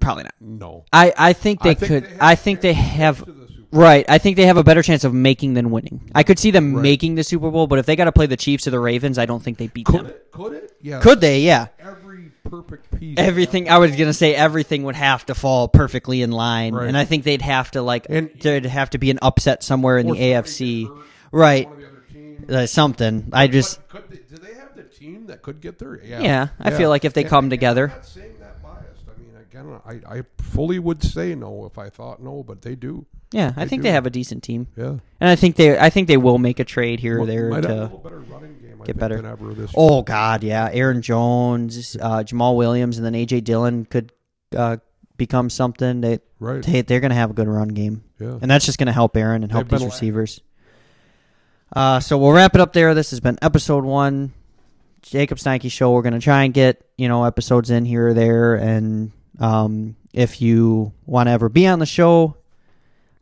Probably not. No. I, I think they I think could. they have I think they have. Right. I think they have a better chance of making than winning. I could see them Right. making the Super Bowl, but if they got to play the Chiefs or the Ravens, I don't think they beat Could them. it? Could it? Yeah. Could they? Yeah. every perfect piece? everything I was gonna say everything would have to fall perfectly in line, Right. and I think they'd have to like And- there'd have to be an upset somewhere in the Or somebody AFC, get hurt, right? One of the other teams. Uh, something. I just But could they, do they have the team that could get there? Yeah. yeah, I feel like if they And- come and together, I'm not saying that biased. I mean, again, I, I fully would say no if I thought no, but they do. yeah, I they think do. they have a decent team, Yeah. and I think they I think they will make a trade here or Well, there might have a to. little better running game, I get think, better. than ever this Oh God, yeah, Aaron Jones, uh, Jamal Williams, and then AJ Dillon could uh, become something. They Right. they they're gonna have a good run game. Yeah. And that's just going to help Aaron and help They've these been receivers. Uh, so we'll wrap it up there. This has been episode one, Jacob Steinke Show. We're going to try and get you know episodes in here or there, and um, if you want to ever be on the show,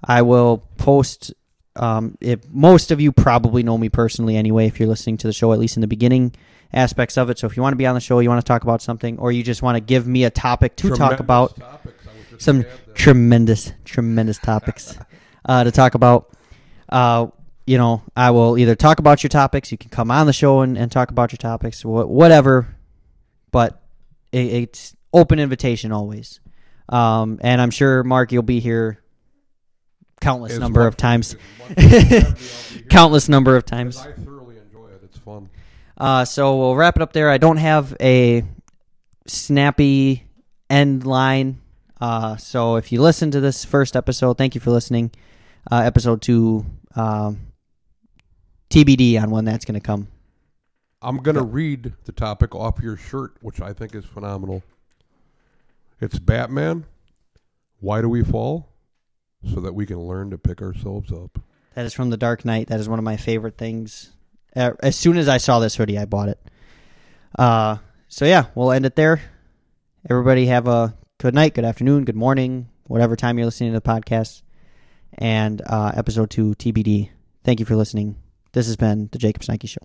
I will post. Um, it, most of you probably know me personally anyway, if you're listening to the show, at least in the beginning aspects of it. So if you want to be on the show, you want to talk about something, or you just want to give me a topic to talk Tremendous about, topics. I was just some gonna add that. tremendous, tremendous topics uh, to talk about. Uh, you know, I will either talk about your topics, you can come on the show and, and talk about your topics, wh- whatever, but it, it's open invitation always. Um, and I'm sure, Mark, you'll be here countless As number much- of times. as much as I can be, I'll be here. Countless number of times. I thoroughly enjoy it. It's fun. Uh, so we'll wrap it up there. I don't have a snappy end line. Uh, so if you listen to this first episode, thank you for listening. Uh, episode two, um, TBD on when that's going to come. I'm going to read the topic off your shirt, which I think is phenomenal. It's Batman. Why do we fall? So that we can learn to pick ourselves up. That is from The Dark Knight. That is one of my favorite things. Uh, As soon as I saw this hoodie, I bought it. Uh, so yeah, we'll end it there. Everybody have a good night, good afternoon, good morning, whatever time you're listening to the podcast. And uh, episode two, TBD. Thank you for listening. This has been the Jacob Snike Show.